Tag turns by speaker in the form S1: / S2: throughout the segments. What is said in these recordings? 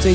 S1: 最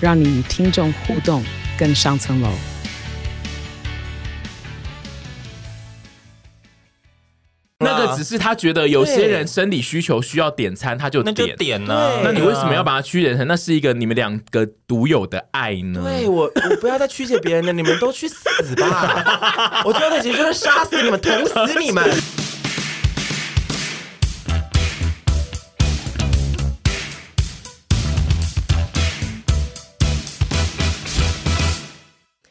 S1: 让你与听众互动更上层楼。
S2: 那
S3: 啊
S2: 个只是他觉得有些人生理需求需要点餐，他就
S3: 那就
S2: 点。
S3: 点啊呢？
S2: 那你为什么要把它曲解成那是一个你们两个独有的爱
S3: 嗯
S2: 呢？
S4: 对我，我不要再曲解别人了，你们都去死吧！我最后的结局就是杀死你们，捅死你们。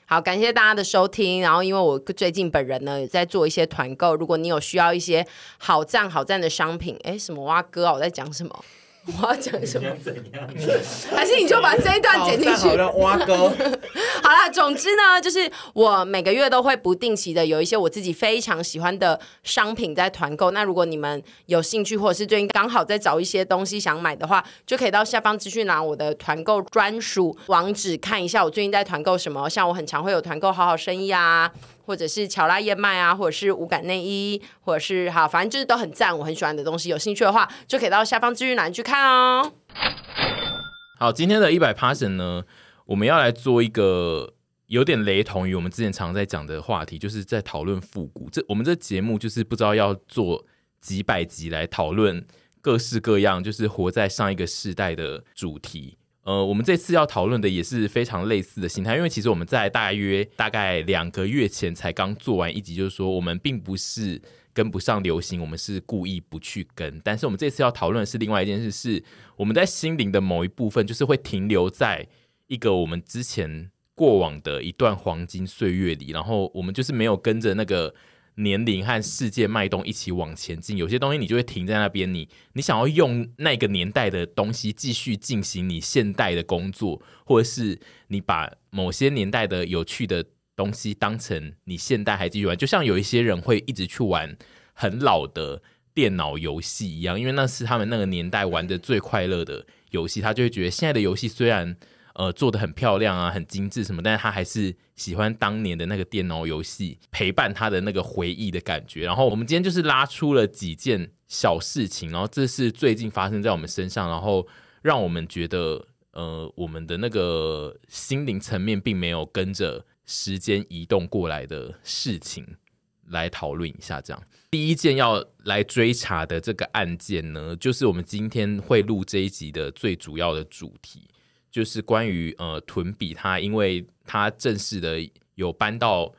S5: 好，感谢大家的收听。然后，因为我最近本人呢也在做一些团购，如果你有需要一些好赞好赞的商品，哎，什么蛙哥啊，我在讲什么？ 我要讲什么？还是 你就把这一段剪进去？
S4: 了，挖沟。
S5: 好啦，总之呢，就是我每个月都会不定期的有一些我自己非常喜欢的商品在团购。那如果你们有兴趣，或者是最近刚好在找一些东西想买的话，就可以到下方资讯栏我的团购专属网址看一下我最近在团购什么。像我很常会有团购好好生意啊。或者是巧拉燕麦啊，或者是无感内衣，或者是好，反正就是都很赞，我很喜欢的东西。有兴趣的话，就可以到下方资讯栏去看哦。
S2: 好，今天的一百 passion 呢，我们要来做一个有点雷同于我们之前常在讲的话题，就是在讨论复古。这我们这节目就是不知道要做几百集来讨论各式各样，就是活在上一个世代的主题。呃，我们这次要讨论的也是非常类似的心态，因为其实我们在大约大概两个月前才刚做完一集，就是说我们并不是跟不上流行，我们是故意不去跟。但是我们这次要讨论的是另外一件事，是我们在心灵的某一部分，就是会停留在一个我们之前过往的一段黄金岁月里，然后我们就是没有跟着那个年龄和世界脉动一起往前进。有些东西你就会停在那边，你你想要用那个年代的东西继续进行你现代的工作，或者是你把某些年代的有趣的东西当成你现代还继续玩，就像有一些人会一直去玩很老的。电脑游戏一样，因为那是他们那个年代玩的最快乐的游戏，他就会觉得现在的游戏虽然呃做的很漂亮啊、很精致什么，但是他还是喜欢当年的那个电脑游戏陪伴他的那个回忆的感觉。然后我们今天就是拉出了几件小事情，然后这是最近发生在我们身上，然后让我们觉得呃我们的那个心灵层面并没有跟着时间移动过来的事情。来讨论一下，这样第一件要来追查的这个案件呢，就是我们今天会录这一集的最主要的主题，就是关于呃屯比他，因为他正式的有搬到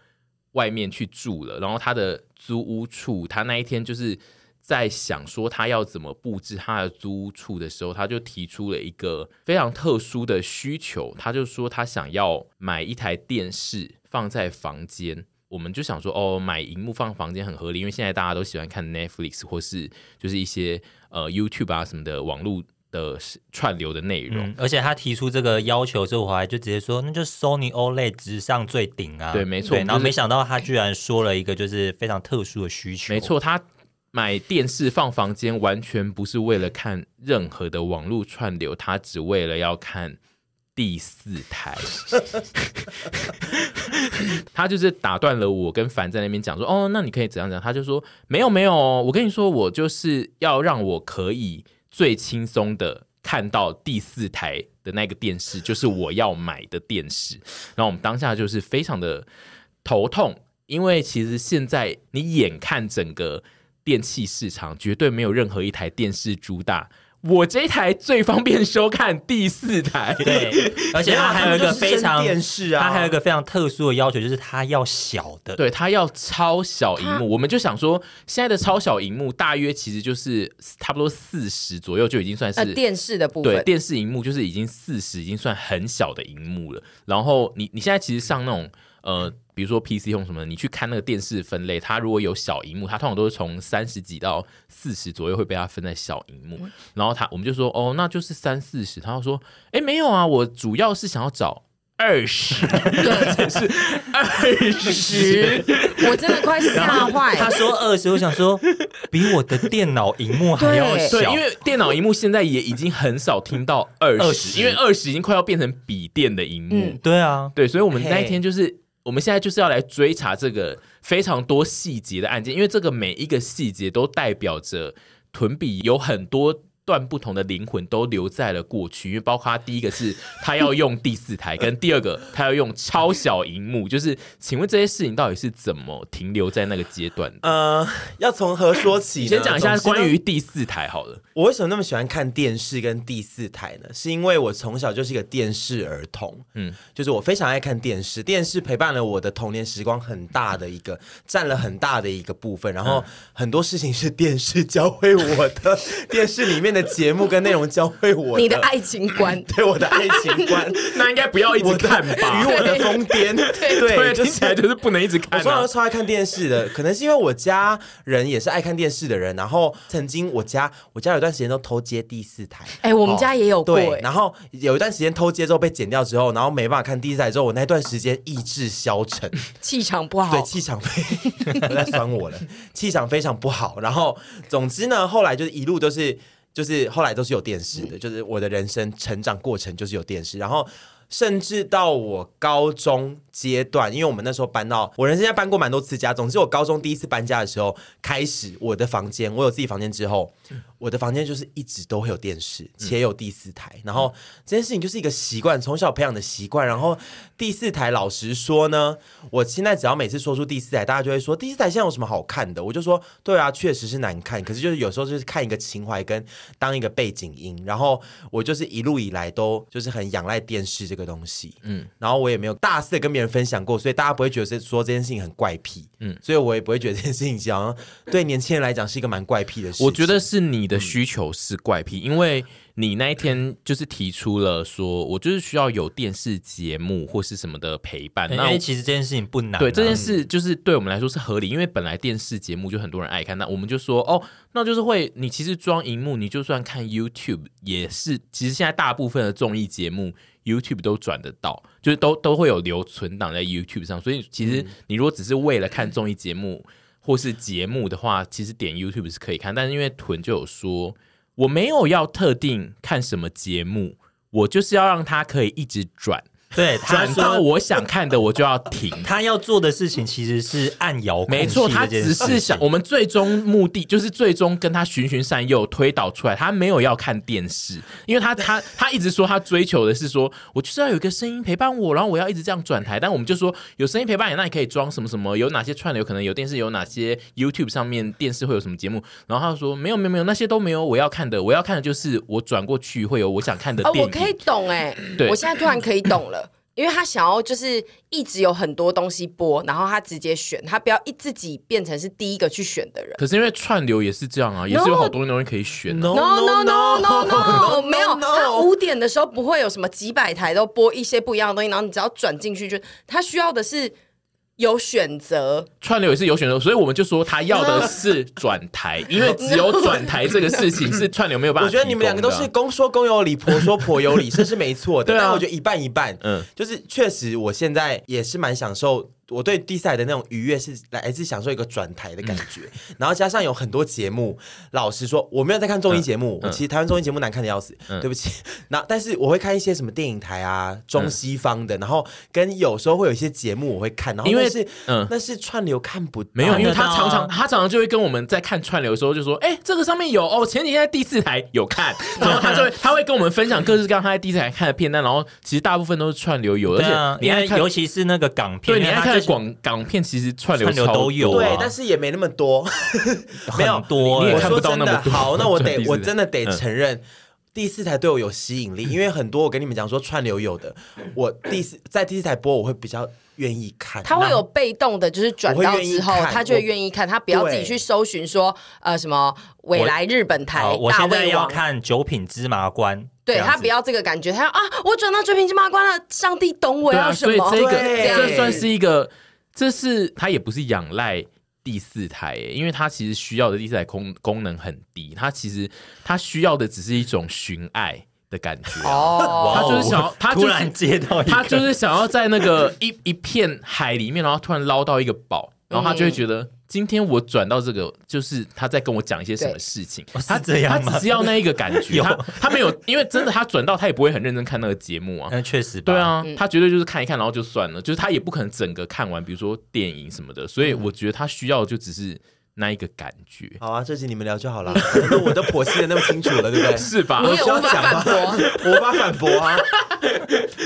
S2: 外面去住了，然后他的租屋处，他那一天就是在想说他要怎么布置他的租屋处的时候，他就提出了一个非常特殊的需求，他就说他想要买一台电视放在房间。我们就想说，哦，买荧幕放房间很合理，因为现在大家都喜欢看 Netflix 或是就是一些呃 YouTube 啊什么的网络的串流的内容。
S3: 嗯，而且他提出这个要求之后，我还就直接说，那就是 Sony OLED 直上最顶啊。
S2: 对没错
S3: 然后没想到他居然说了一个就是非常特殊的需求。
S2: 没，错，他买电视放房间完全不是为了看任何的网络串流，他只为了要看第四台。 他就是打断了我跟凡在那边讲说，哦，那你可以怎样怎样？他就说没有没有，我跟你说，我就是要让我可以最轻松的看到第四台的那个电视，就是我要买的电视。然后我们当下就是非常的头痛，因为其实现在你眼看整个电器市场，绝对没有任何一台电视主打。我这一台最方便收看第四台，
S3: 对，而且他还有一个非常
S4: 啊没有他们就是生电视啊
S3: 他还有一个非常特殊的要求，就是他要小的。
S2: 对，它要超小荧幕，我们就想说，现在的超小荧幕大约其实就是差不多四十左右就已经算是、
S5: 呃，电视的部
S2: 对
S5: 分，
S2: 电视荧幕就是已经四十，已经算很小的荧幕了。然后你你现在其实上那种呃，比如说 PC 用什么，你去看那个电视分类，它如果有小荧幕，它通常都是从三十几到四十左右会被它分在小荧幕。然后他我们就说哦，那就是三四十。他就说哎没有啊，我主要是想要找二 十，
S5: 对，
S2: 是二十
S5: 十，， 我真的快吓坏。
S3: 他说二十，我想说比我的电脑荧幕还要
S5: 对
S2: 对，
S3: 小，
S2: 因为电脑荧幕现在也已经很少听到二十，
S3: 20
S2: 因为二十已经快要变成笔电的荧幕。
S5: 嗯
S3: 对啊，
S2: 对，所以我们那一
S4: 嘿
S2: 天就是，我们现在就是要来追查这个非常多细节的案件，因为这个每一个细节都代表着屯比有很多。段不同的灵魂都留在了过去，因为包括他第一个是他要用第四台，跟第二个他要用超小荧幕，就是请问这些事情到底是怎么停留在那个阶段的？
S4: 呃，要从何说起呢？
S2: 你先讲一下
S4: 总之呢
S2: 关于第四台好了，
S4: 我为什么那么喜欢看电视跟第四台呢？是因为我从小就是一个电视儿童，
S2: 嗯
S4: 嗯，就是我非常爱看电视，电视陪伴了我的童年时光很大的一个，占了很大的一个部分。然后
S2: 嗯
S4: 很多事情是电视教会我的， 电视里面的节目跟内容教会我嗯
S5: 你的爱情观，
S4: 对我的爱情观，
S2: 那应该 不要一
S4: 我的 与我的疯癫，对，就
S2: 听
S4: 是
S2: 起来就是不能一直看、
S4: 我从小
S2: 啊
S4: 就。超爱看电视的，可能是因为我家人也是爱看电视的人。然后曾经我家我家有段时间都偷接第四台，
S5: 哎我们家也有过
S4: 哦对
S5: 哎，
S4: 然后有一段时间偷接之后被剪掉之后，然后没办法看第四台之后，我那段时间意志消沉，
S5: 气场不
S4: 对，
S5: 好，
S4: 气场非 都在酸我了，气场非常不好。然后总之呢，后来就是一路都是就是后来都是有电视的，就是我的人生成长过程就是有电视，然后。甚至到我高中阶段，因为我们那时候搬到我人生在搬过蛮多次家。总之，我高中第一次搬家的时候，开始我的房间，我有自己房间之后，我的房间就是一直都会有电视，
S5: 嗯
S4: 且有第四台。然后这件事情就是一个习惯，从小培养的习惯。然后第四台，老实说呢，我现在只要每次说出第四台，大家就会说第四台现在有什么好看的？我就说对啊，确实是难看，可是就是有时候就是看一个情怀跟当一个背景音。然后我就是一路以来都就是很仰赖电视这个东西，嗯，然后我也没有大肆的跟别人分享过，所以大家不会觉得是说这件事情很怪癖，嗯，所以我也不会觉得这件事情好像对年轻人来讲是一个蛮怪癖的事情。嗯
S2: 我觉得是你的需求是怪癖，因为你那一天就是提出了说，我就是需要有电视节目或是什么的陪
S4: 哎
S2: 伴。
S3: 因
S2: 那
S3: 为
S2: 我
S3: 其实这件事情不难啊，
S2: 对这件事就是对我们来说是合理，因为本来电视节目就很多人爱看，那我们就说哦，那就是会你其实装荧幕，你就算看 YouTube 也是，其实现在大部分的综艺节目 YouTube 都转得到，就是都都会有留存档在 YouTube 上，所以其
S3: 嗯
S2: 实你如果只是为了看综艺节目或是节目的话，其实点 YouTube 是可以看，但是因为屯就有说我没有要特定看什么节目，我就是要让它可以一直转。
S3: 对他
S2: 转到
S3: 说
S2: 我想看的，我就要停。
S3: 他要做的事情其实是按遥控器
S2: 没错，他
S3: 这件
S2: 只
S3: 事情
S2: 是想，我们最终目的就是最终跟他循循善诱推导出来，他没有要看电视，因为他他他一直说他追求的是说，我就是要有一个声音陪伴我，然后我要一直这样转台，但我们就说有声音陪伴你，那你可以装什么什么，有哪些串流可能有电视，有哪些 YouTube 上面电视会有什么节目，然后他说没有没有没有，那些都没有，我要看的，我要看的就是我转过去会有我想看的
S5: 哦，
S2: 电
S5: 我
S2: 影，
S5: 可以懂哎、
S2: 对
S5: 我现在突然可以懂了。因为他想要就是一直有很多东西播，然后他直接选，他不要一自己变成是第一个去选的人。
S2: 可是因为串流也是这样啊，也是有
S5: No
S2: 好多东西可以选、啊。
S4: No
S5: No no no no no，没有。他
S4: no
S5: 五点的时候不会有什么几百台都播一些不一样的东西，然后你只要转进去就，他需要的是有选择。
S2: 串流也是有选择，所以我们就说他要的是转台，因为只有转台这个事情是串流没有办法。
S4: 我觉得你们两个都是，公说公有理，婆说婆有理，这 是没错的。
S2: 啊对啊
S4: 但我觉得一半一半，
S2: 嗯
S4: 嗯，就是确实我现在也是蛮享受。我对第四台的那种愉悦是来自享受一个转台的感
S2: 嗯
S4: 觉，然后加上有很多节目，老实说我没有在看综
S2: 嗯
S4: 艺节目，我其实台湾综艺节目难看的要死，对不起。那但是我会看一些什么电影台啊，
S2: 嗯
S4: 中西方的，然后跟有时候会有一些节目我会看，然后
S2: 因为
S4: 那是
S2: 嗯
S4: 那是串流看不到
S2: 没有，因为他
S3: 看得
S2: 常
S3: 到啊
S2: 常他常常就会跟我们在看串流的时候就说，哎、这个上面有哦，前几天在第四台有看，然后他就会他会跟我们分享各式各样他在第四台看的片段，然后其实大部分都是串流有，而
S3: 对啊，
S2: 且你
S3: 因
S2: 爱
S3: 为
S2: 看，
S3: 尤其是那个港片，
S2: 对你
S3: 因为
S2: 爱
S3: 它
S2: 看
S3: 就
S2: 的
S3: 是
S2: 广 港片，其实串流
S3: 串流
S2: 超
S3: 都有
S2: 多
S4: 对
S3: 啊，
S4: 但是也没那么多，
S3: 很
S4: 没有
S3: 多
S2: 你
S3: 欸嗯
S2: 也
S4: 我
S2: 看不
S4: 说
S2: 到
S4: 真
S2: 那
S4: 的，
S2: 么多
S4: 好，那我
S2: 第
S4: 得
S2: 四
S4: 我
S2: 台
S4: 真的得承认。第四台对我有吸引力，因为很多我跟你们讲说串流有的，我第四在第四台播我会比较愿意看，
S5: 他会有被动的，就是转到之后
S4: 我会愿意，看
S5: 他就会愿意看，他不要自己去搜寻说呃什么未来日本台
S3: 好，我
S5: 大
S3: 现在
S5: 胃
S3: 要
S5: 王。
S3: 看《九品芝麻官》这
S5: 对
S3: 样子，
S5: 他不要这个感觉，他要啊，我转到《追平芝麻官》了，上帝懂我
S2: 对
S5: 要
S2: 啊，
S5: 什
S2: 所以
S5: 么？
S2: 这个
S4: 对
S2: 这算是一个，这是他也不是仰赖第四台耶，因为他其实需要的第四台功功能很低，他其实他需要的只是一种寻爱。的感觉。
S5: 哦
S2: 他就是想要，他就是
S3: 突然接到一个，
S2: 他就是想要在那个一一片海里面，然后突然捞到一个宝，然后他就会觉得、
S5: 嗯
S2: 今天我转到这个，就是他在跟我讲一些什么事情。
S3: 哦是
S2: 他
S3: 这样
S2: 他
S3: 吗
S2: 只是要那一个感觉，
S3: 有嗯
S2: 他他没有，因为真的他转到他也不会很认真看那个节目啊。
S3: 那确实吧
S2: 对，啊，他绝对就是看一看，然后就算了，就是他也不可能整个看完，比如说电影什么的，所以我觉得他需要的就只是那一个感觉，
S4: 好啊，这集你们聊就 好了，反正我都剖析的那么清楚了，对不对？
S2: 是吧？
S5: 你也
S4: 需要
S5: 无法
S4: 讲吗
S5: 反驳。
S4: 我 无法反驳啊。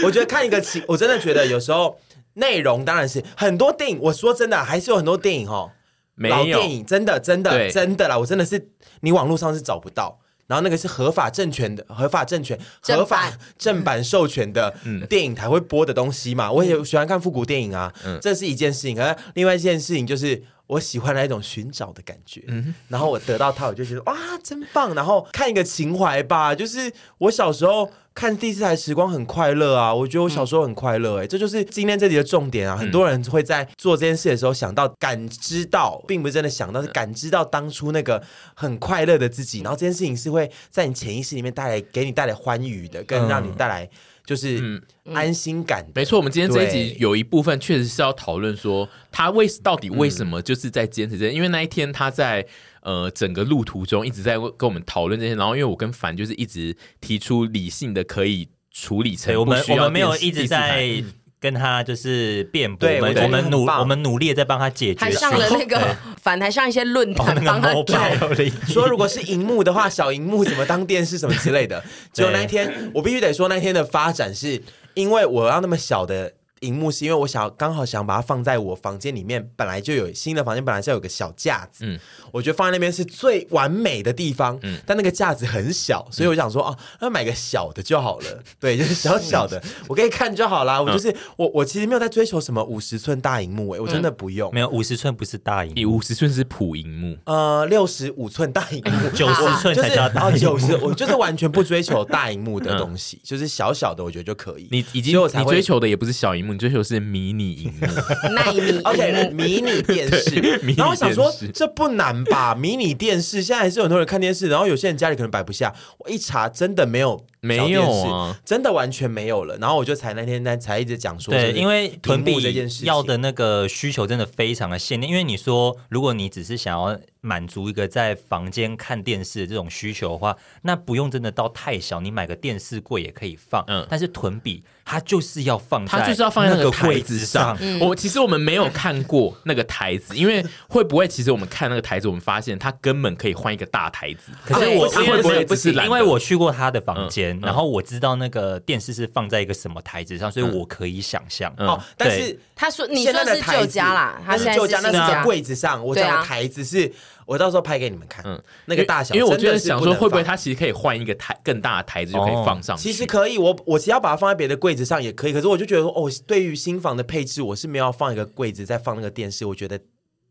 S4: 我觉得看一个情，我真的觉得有时候内容当然是很多电影，我说真的啊还是有很多电影哦，
S2: 没
S4: 老
S2: 有
S4: 电影真的真的
S2: 对
S4: 真的啦，我真的是你网络上是找不到。然后那个是合法政权的合法政权
S5: 正版
S4: 合法正版授权的
S2: 嗯
S4: 电影才会播的东西嘛，我
S5: 嗯
S4: 也喜欢看复古电影啊，
S2: 嗯
S4: 这是一件事情。而另外一件事情就是我喜欢那一种寻找的感觉，
S2: 嗯
S4: 然后我得到它，我就觉得哇，真棒。然后看一个情怀吧，就是我小时候看第四台时光很快乐啊，我觉得我小时候很快乐、欸，哎、这就是今天这里的重点啊。很多人会在做这件事的时候想到感知到，并不是真的想到，是感知到当初那个很快乐的自己。然后这件事情是会在你潜意识里面带来给你带来欢愉的，更让你带来就是安心感的。
S2: 没错，我们今天这一
S4: 对
S2: 集有一部分确实是要讨论说他为到底为什么就是在坚持这件因为那一天他在呃整个路途中一直在跟我们讨论这些，然后因为我跟凡就是一直提出理性的可以处理成
S3: 对我们
S2: 不需
S3: 我
S2: 要
S3: 们没有
S2: 电视嗯
S3: 一直在。跟他就是辩驳，
S4: 对
S3: 我
S4: 我
S3: 们
S4: 觉得
S3: 我们
S4: 很
S3: 努
S4: 棒
S3: 我们努力地在帮他解决
S5: 还
S3: 事情，
S5: 上了那
S3: 对
S5: 个，反还上一些论
S3: 哦，
S5: 坛
S3: 那
S5: 帮
S3: 个
S5: 他找，
S3: mobile 的
S4: 说如果是荧幕的话，小荧幕怎么当电视什么之类的。结果那一天，我必须得说，那天的发展是因为我要那么小的荧幕，是因为我想刚好想把它放在我房间里面，本来就有新的房间，本来是有个小架子，
S2: 嗯
S4: 我觉得放在那边是最完美的地方。但那个架子很小，所以我想说，哦，那买个小的就好了，对，就是小小的，我可以看就好啦。我就是、我，我其实没有在追求什么五十寸大荧幕、欸，我真的不用。
S3: 没有五十寸不是大荧
S2: 你
S3: 幕，
S2: 五十寸是普荧幕，
S4: 呃，六十五寸大荧幕，
S3: 90寸才叫大
S4: 就是、哦，
S3: 荧幕
S4: 九十，我就是完全不追求大荧幕的东西，就是小小的，我觉得就可以。
S2: 嗯你已经
S4: 所以我才
S2: 你
S4: 会
S2: 追求的也不是小荧幕，你追求的是迷你荧 幕。
S5: 纳米
S4: OK 迷你电视
S2: 迷你，
S4: 然后我想说
S2: 电视
S4: 这不难吧？迷你电视现在还是有很多人看电视，然后有些人家里可能摆不下，我一查真的没有。
S2: 没有啊，
S4: 真的完全没有了。然后我就才那天那才一直讲说，
S3: 对，
S4: 就是
S3: 因为囤
S4: 荧幕
S3: 币
S4: 这件事情
S3: 要的那个需求真的非常的限定，因为你说如果你只是想要满足一个在房间看电视的这种需求的话，那不用真的到太小，你买个电视柜也可以放。
S2: 嗯
S3: 但是囤币它就是要放在，
S2: 它就是要放在那个
S3: 个
S2: 台
S3: 柜
S2: 子
S3: 子
S2: 上。我其实我们没有看过那个台子，因为会不会其实我们看那个台子，我们发现它根本可以换一个大台子。
S3: 可是
S5: 对
S3: 我
S5: 他
S3: 因为
S2: 会不会
S3: 是
S2: 只是懒
S3: 因
S2: 得
S3: 为我去过他的房
S2: 嗯
S3: 间，
S2: 嗯
S3: 然后我知道那个电视是放在一个什么台子上，所以我可以想象。
S2: 嗯
S4: 哦，但
S3: 对
S4: 是
S5: 他说你
S4: 现
S5: 说
S4: 在的
S5: 是
S4: 台
S5: 旧
S4: 子
S5: 家啦，他
S4: 那
S5: 现在
S4: 是旧家，那是
S5: 旧
S4: 在
S5: 家
S4: 柜子上。我
S5: 对啊
S4: 讲的台子是，我到时候拍给你们看。嗯，那个大小，
S2: 因为因为我
S4: 真的
S2: 就是想说，
S4: 能
S2: 会不会
S4: 放
S2: 它其实可以换一个台更大的台子就可以
S3: 哦
S2: 放上去？
S4: 其实可以，我我只要把它放在别的柜子上也可以。可是我就觉得说，哦，对于新房的配置，我是没有要放一个柜子再放那个电视，我觉得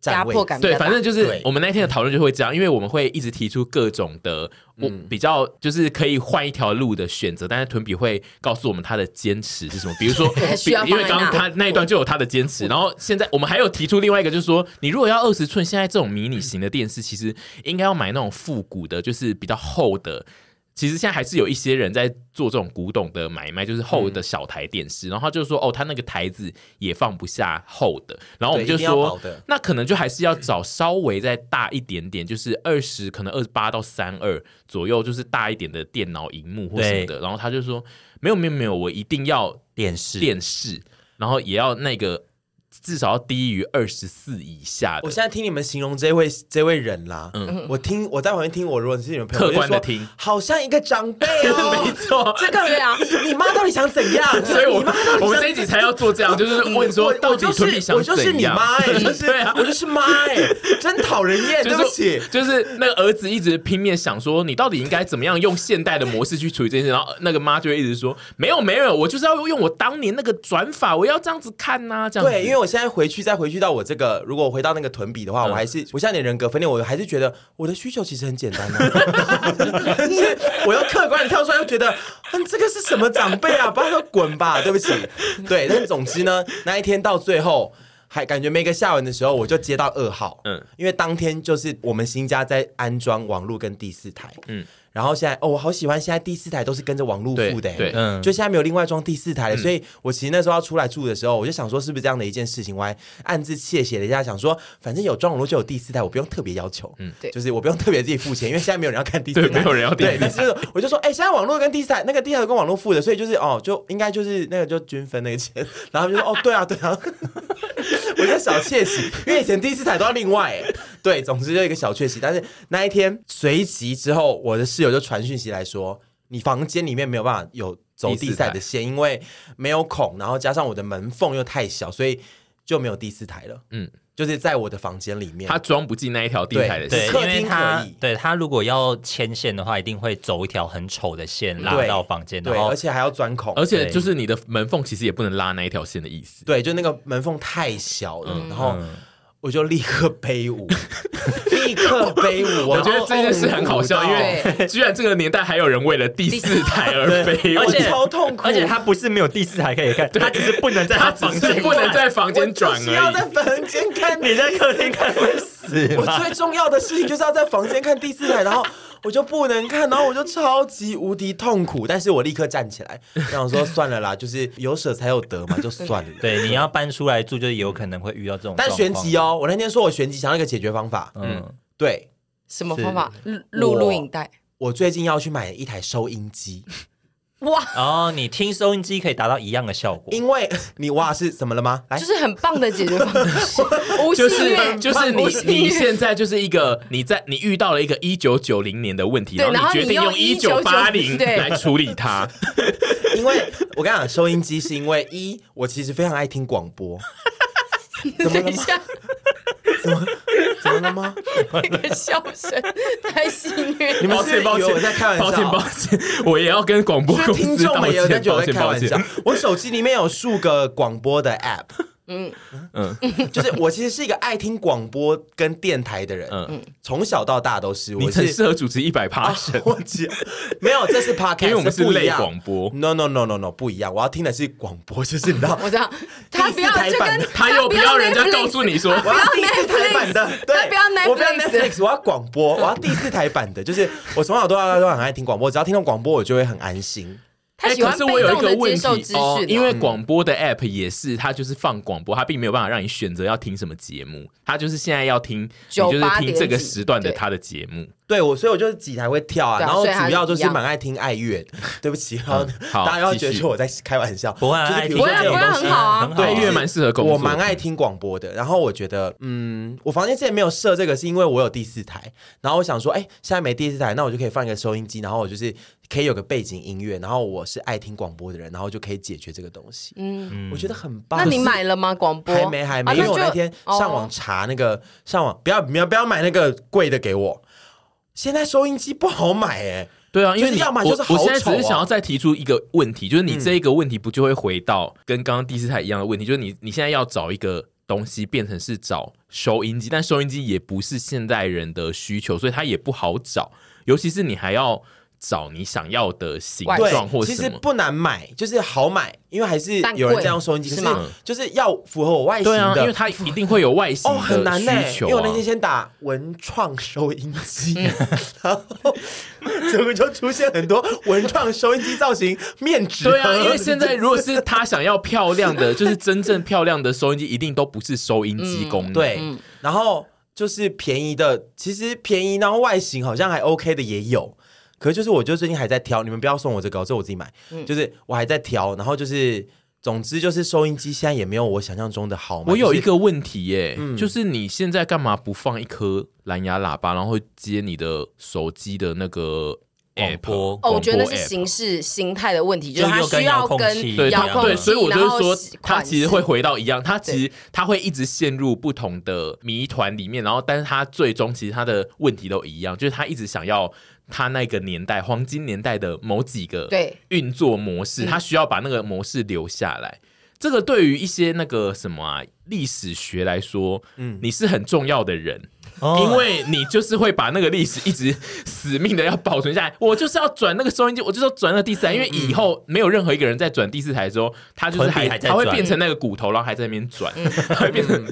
S4: 占位
S5: 压迫感
S2: 对，
S5: 比较大，
S2: 反正就
S4: 对
S2: 是我们那一天的讨论就会这样，因为我们会一直提出各种的，我
S4: 嗯
S2: 比较就是可以换一条路的选择，但是屯比会告诉我们他的坚持是什么，比如说 比
S5: 需要放在嗯
S2: 因为刚
S5: 哪
S2: 刚他那一段就有他的坚持，然后现在我们还有提出另外一个，就是说，你如果要二十寸，现在这种迷你型的电视，其实应该要买那种复古的，就是比较厚的。其实现在还是有一些人在做这种古董的买卖，就是厚的小台电视，然后他就说哦，他那个台子也放不下厚的，然后我们
S4: 对
S2: 就
S4: 一定要
S2: 说
S4: 薄的
S2: 那可能就还是要找稍微再大一点点，就是二十，可能二十八到三二左右，就是大一点的电脑荧幕或什么的。然后他就说没有没有没有，我一定要
S3: 电视
S2: 电视，然后也要那个至少要低于二十四以下
S4: 我
S2: 的
S4: 现。在听你们形容这位这位人啦，嗯，我听我在旁边听，我如果是你们朋友，
S2: 客观地
S4: 我就说
S2: 听
S4: 好像一个长辈 哦，
S2: 没错，
S4: 这个
S5: 对啊
S4: 你你妈到底想怎样？
S2: 所以我
S4: 你妈到底想
S2: 我们这一集才要做这样，就是问说
S4: 我
S2: 到
S4: 我
S2: 底
S4: 就
S2: 屯比
S4: 是
S2: 想
S4: 我就是
S2: 怎
S4: 你
S2: 样
S4: 妈 哎，就是
S2: 对啊
S4: 我就是妈哎，真讨人厌，哎对不
S2: 就是
S4: 起。
S2: 就是那个儿子一直拼命想说，你到底应该怎么样用现代的模式去处理这件事，然后那个妈就会一直说，没有没有，我就是要用我当年那个转法，我要这样子看呐、这样子
S4: 对，因为我现在回去，再回去到我这个，如果我回到那个臀比的话，我还是我现在的人格分裂，我还是觉得我的需求其实很简单啊的、 就是我要客观的跳出来，又觉得，嗯，这个是什么长辈啊，把他都滚吧，对不起。对，但总之呢，那一天到最后。还感觉没个下文的时候，我就接到噩耗，嗯
S2: 嗯，
S4: 因为当天就是我们新家在安装网络跟第四台，嗯，然后现在哦，我好喜欢现在第四台都是跟着网路付的、
S2: 对对
S3: 嗯
S4: 嗯，就现在没有另外装第四台了，所以我其实那时候要出来住的时候，我就想说是不是这样的一件事情，我还暗自窃喜了一下，想说反正有装网络就有第四台，我不用特别要求，嗯，
S5: 对
S4: 就是我不用特别自己付钱，因为现在没有人要看第四
S2: 对
S4: 台，
S2: 没有人要第四台
S4: 对，但是我就说，哎、现在网络跟第四台那个第四台跟网络付的，所以就是哦，就应该就是那个就均分那个钱，然后他们就说哦，对啊，对啊。 我就小窃喜，因为以前第一次踩都要另外哎，对，总之就一个小窃喜。但是那一天随即之后，我的室友就传讯息来说，你房间里面没有办法有走第赛的线，因为没有孔，然后加上我的门缝又太小，所以就没有第四台了。
S2: 嗯
S4: 嗯，就是在我的房间里面
S2: 他，装不进那一条地台的
S3: 对，
S2: 线
S4: 客
S3: 因为
S4: 厅
S3: 他
S4: 可以
S3: 对他如果要牵线的话，一定会走一条很丑的线拉
S4: 嗯对
S3: 到房间，
S4: 对，
S3: 然后
S4: 而且还要钻孔，
S2: 哦而且就是你的门缝其实也不能拉那一条线的意思。
S4: 对，就那个门缝太小了，然后。我就立刻背舞，立刻背舞。
S2: 我觉得这件事很好笑，
S4: 哦
S2: 因为居然这个年代还有人为了第四台而飞，
S3: 而
S2: 我
S3: 且
S4: 超痛苦
S3: 而且他不是没有第四台可以看，他只是不能在
S2: 他只
S3: 房
S2: 是
S3: 间
S2: 不能在房间转
S4: 我就是要在
S2: 而
S4: 房间 看
S3: 你在客厅看会 死
S4: 我
S3: 吗？
S4: 最重要的事情就是要在房间看第四台，然后我就不能看，然后我就超级无敌痛苦。但是我立刻站起来，然后说算了啦，就是有舍才有得嘛，就算了。
S3: 对，你要搬出来住，就是有可能会遇到这种。
S4: 但玄机，哦，我那天说我玄机想要一个解决方法，
S3: 嗯，
S4: 对
S5: 什么方法？录录录影带？
S4: 我最近要去买一台收音机，
S5: 哇，
S3: 哦，你听收音机可以达到一样的效果，
S4: 因为 你哇是怎么了吗？来
S5: 就，是很棒的解决方式，无
S2: 已。就
S5: 性
S2: 是
S5: 恋
S2: 就是你
S5: 无性
S2: 你
S5: 恋
S2: 现在就是一个你在你遇到了一个一九九零年的问题，
S5: 对
S2: 然
S5: 然后
S2: 你
S5: 你
S2: 决定用
S5: 用
S2: 一九八零
S5: 1980对
S2: 来处理 它，
S4: 因为我跟你讲，收音机是因为一，我其实非常爱听广播。怎么了
S5: 等一
S4: 吗？
S5: 下，
S4: 怎么 了吗？
S5: 那个笑声太戏
S4: 你
S5: 虐。
S4: 们
S2: 抱
S4: 是不是
S2: 歉抱
S4: 以为
S2: 歉，
S4: 我在开玩笑？
S2: 抱歉抱歉，我也要跟广播
S4: 所
S2: 公
S4: 以听
S2: 司
S4: 众
S2: 道
S4: 们也有在
S2: 歉，
S4: 觉得
S2: 抱
S4: 我在
S2: 歉抱
S4: 开玩笑
S2: 歉，。
S4: 我手机里面有数个广播的 app，嗯就是我其实是一个爱听广播跟电台的人，
S2: 嗯
S4: 嗯，从小到大都是，
S2: 你很
S4: 我是。啊
S2: 适合主持一百趴神，
S4: 我只没有，这是 podcast，
S2: 因为我们是
S4: 这不一
S2: 类
S4: 样嗯
S2: 广播。
S4: No no no no no，不一样。我要听的是广播，就是 你知道，
S5: 我知道，他不要
S4: 第四
S5: 就
S4: 台版
S5: 跟
S4: 的
S2: 他又不要人家
S5: Netflix
S2: 告诉你哎说，
S4: 我要第四台版的，对
S5: 他不要 Netflix
S4: 我不要 Netflix，我要广播，我要第四台版的。就是我从小到大都很爱听广播，只要听到广播，我就会很安心。
S5: 他
S2: 哎
S5: 喜欢
S2: 可是我
S5: 被
S2: 有一
S5: 动
S2: 个
S5: 的
S2: 问
S5: 接
S2: 题
S5: 受资讯哦、
S2: 因为广播的 app 也是，它就是放广播，它并没有办法让你选择要听什么节目，它就是现在要听，你就是
S5: 98
S2: 听这个
S5: 点几
S2: 时段的
S5: 对
S2: 它的节目。
S4: 对我，所以我就是几台会跳啊，
S5: 对啊
S4: 然后
S5: 所以它
S4: 主要就是
S5: 一样
S4: 蛮爱听爱乐的。对
S3: 嗯
S4: 不 起，然后
S2: 好
S4: 大家要觉
S2: 继
S4: 得
S2: 续
S4: 说我在开玩笑，
S3: 不会啊
S4: 就是
S3: 爱
S4: 比
S3: 听
S4: 如
S5: 不会
S4: 说
S5: 啊
S4: 这种
S5: 不会啊
S4: 东西
S5: 很好啊
S3: 很好啊，
S2: 对，乐蛮适合工作。
S4: 我蛮爱听广播的，然后我觉得，嗯，我房间之前没有设这个，是因为我有第四台，然后我想说，哎、现在没第四台，那我就可以放一个收音机，然后我就是可以有个背景音乐，然后我是爱听广播的人，然后就可以解决这个东西，嗯，我觉得很棒。
S5: 那你
S4: 可是
S5: 买了吗？广播啊
S4: 还没还没，因为我那天
S5: 哦
S4: 上网查那个、上网，不要不要不要买那个贵的给我，现在收音机不好买哎、
S2: 对啊，因为
S4: 就是
S2: 你
S4: 要么就是
S2: 我我
S4: 好
S2: 现在只
S4: 丑嗯
S2: 是想要
S4: 哦
S2: 再提出一个问题，就是你这一个问题不就会回到跟刚刚第四台一样的问题，就是你你现在要找一个东西变成是找收音机，但收音机也不是现代人的需求，所以它也不好找，尤其是你还要找你想要的形
S5: 外
S2: 状或
S4: 对，其
S2: 什
S4: 实
S2: 么。
S4: 不难买，就是好买，因为还是
S5: 但
S4: 有人
S5: 贵
S4: 在用收音机，可
S5: 是
S4: 是
S5: 吗
S4: 就是要符合我外形
S2: 对啊，
S4: 的，
S2: 因为它一定会有外形
S4: 哦，很
S2: 的
S4: 难呢、
S2: 需求、
S4: 因
S2: 啊
S4: 为我那天先打文创收音 机，然后结果就出现很多文创收音机造型面纸盒。
S2: 对 啊，因为现在如果是他想要漂亮的，就是真正漂亮的收音机，一定都不是收音机功能。
S4: 嗯对，
S5: 嗯
S4: 然后就是便宜的，其实便宜，然后外形好像还 OK 的也有。可是就是我就最近还在挑，你们不要送我这个哦，这我自己买。
S5: 嗯
S4: 就是我还在挑，然后就是总之就是收音机现在也没有我想象中的好嘛。
S2: 我有
S4: 就是
S2: 一个问题耶、就是你现在干嘛不放一颗蓝牙喇叭，然后接你的手机的那个
S3: 广
S2: app
S3: 播
S5: 哦，我觉得那
S2: 广播
S5: 是
S2: app
S5: 形式心态的问题，
S3: 就是
S5: 它
S3: 又跟
S5: 需要
S3: 遥控
S5: 跟
S3: 器
S2: 对
S5: 遥
S2: 它
S5: 控
S2: 对，
S5: 器，
S2: 所以我就
S5: 然
S2: 是
S5: 后
S2: 说，它
S5: 款
S2: 其实
S5: 式
S2: 会回到一样，它其实它会一直陷入不同的谜团里面，然后但是它最终其实它的问题都一样，就是它一直想要它那个年代黄金年代的某几个
S5: 对
S2: 运作模式，它需要把那个模式留下来。这个对于一些那个什么啊历史学来说，嗯，你是很重要的人，
S3: 哦
S2: 因为你就是会把那个历史一直死命的要保存下来。我就是要转那个收音机，我就是要转那个第
S3: 嗯
S2: 四台，因为以后没有任何一个人在转第四台的时候，他就是
S3: 屯
S2: 还
S3: 比还在
S2: 他会
S3: 转嗯
S2: 变成那个骨头，然后还在那边转，他 会变 成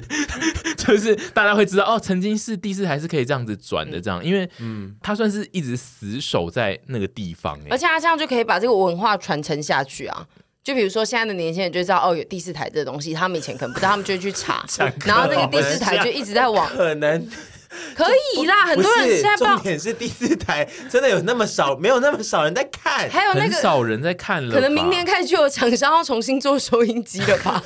S2: 就是大家会知道哦，曾经是第四台是可以这样子转的，这样，因为嗯，他算是一直死守在那个地方、欸，
S5: 而且他这样就可以把这个文化传承下去啊。就比如说现在的年轻人就知道哦有第四台这东西，他们以前可能不知道，他们就会 去查，然后那个第四台就一直在往
S4: 可能
S5: 可以啦，很
S4: 不
S5: 多人
S4: 是
S5: 现在不知
S4: 重
S5: 道，
S4: 点是第四台真的有那么少，没有那么少人在看。
S5: 还有那
S2: 很
S5: 个
S2: 少人在看了吧，
S5: 可能明年开始就有厂商要重新做收音机了 吧，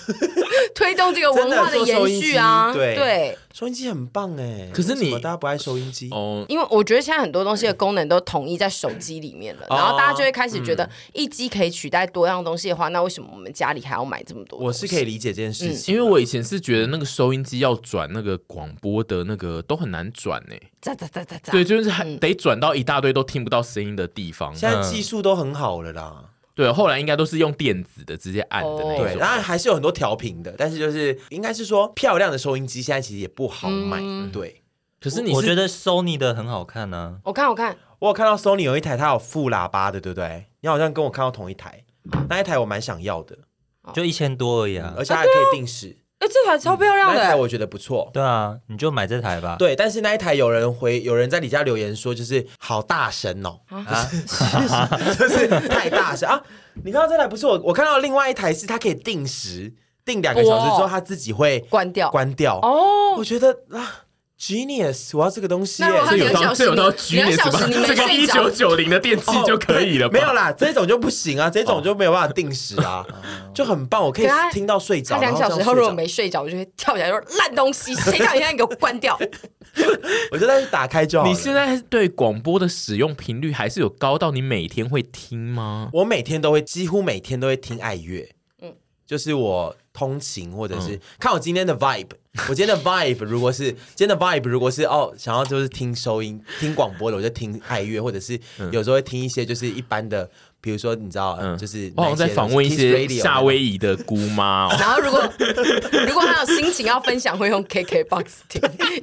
S5: 推动这个文化
S4: 真的做收
S5: 延
S4: 音机
S5: 续啊，
S4: 对收音机很棒哎，
S2: 可是
S4: 为什么
S2: 你
S4: 大家不爱收音机，
S2: 哦，
S5: 因为我觉得现在很多东西的功能都统一在手机里面
S4: 哦
S5: 了，然后大家就会开始觉
S4: 嗯
S5: 得一机可以取代多样东西的话，那为什么我们家里还要买这么多？
S4: 我是可以理解这件事情。
S2: 因为我以前是觉得那个收音机要转那个广播的那个都很难转呢、
S5: 咋咋咋咋咋，
S2: 对，就是还
S5: 嗯
S2: 得转到一大堆都听不到声音的地方。嗯
S4: 现在技术都很好了啦，
S2: 对，后来应该都是用电子的，直接按的那
S5: 嗯
S2: 一
S5: 哦
S2: 种。
S4: 嗯对，当然还是有很多调频的，但是就是应该是说漂亮的收音机现在其实也不好买。对，
S2: 可是你
S3: 我觉
S2: 得
S3: 得 Sony 的很好看啊呢、
S5: 我看我看，
S4: 我有看到 Sony 有一台它有副喇叭的，对不对？你好像跟我看到同一台，那一台我蛮想要的，
S3: 就一千多而已啊。
S4: 哦嗯而且它还可以定时，
S5: 哎，这台超漂亮
S4: 嗯那一台
S5: 的，
S4: 我觉得不错。
S3: 对啊，你就买这台吧。
S4: 对，但是那一台有人回，有人在底下留言说，就是好大声哦，
S5: 啊
S4: 啊 就是太大声啊！你看到这台不是我，我看到另外一台是它可以定时，定两个小时之后
S5: 哇
S4: 它自己会
S5: 关掉
S4: 关掉。
S5: 哦。
S4: 我觉得啊，genius，我要这个东西耶。
S5: 那我
S2: 这
S5: 还
S2: 有
S5: 两
S2: 到
S5: 小时
S2: 这有到
S5: 你
S2: G
S5: 两
S2: S
S5: 小时
S2: 吧
S5: 你没，
S2: 这个一
S5: 睡着
S2: 九九零的电器就可以了吧？
S4: 哦没有啦，这种就不行啊，这种就没有办法定时啊，就很棒，我可以
S5: 可哦它
S4: 听到睡着。
S5: 他两
S4: 然
S5: 小
S4: 后
S5: 时
S4: 这样
S5: 后如果
S4: 睡着，
S5: 没睡着，我就会跳起来说烂东 西，谁叫你现在给我关掉？
S4: 我就再去打开就好了。
S2: 你现在对广播的使用频率还是有高到你每天会听吗？
S4: 我每天都会，几乎每天都会听爱乐，就是我通勤或者
S2: 嗯
S4: 是、看我今天的 vibe。我今天的 vibe 如果是今天的 vibe 如果是哦，想要就是听收音、听广播的，我就听爱乐，或者是有时候会听一些就是一般的，比如说你知道，
S2: 嗯，
S4: 就是
S2: 我好像在访问一些夏威
S4: 夷。
S2: 夷的姑妈 哦。
S5: 然后如果 如果他有心情要分享，会用 KKBOX 听，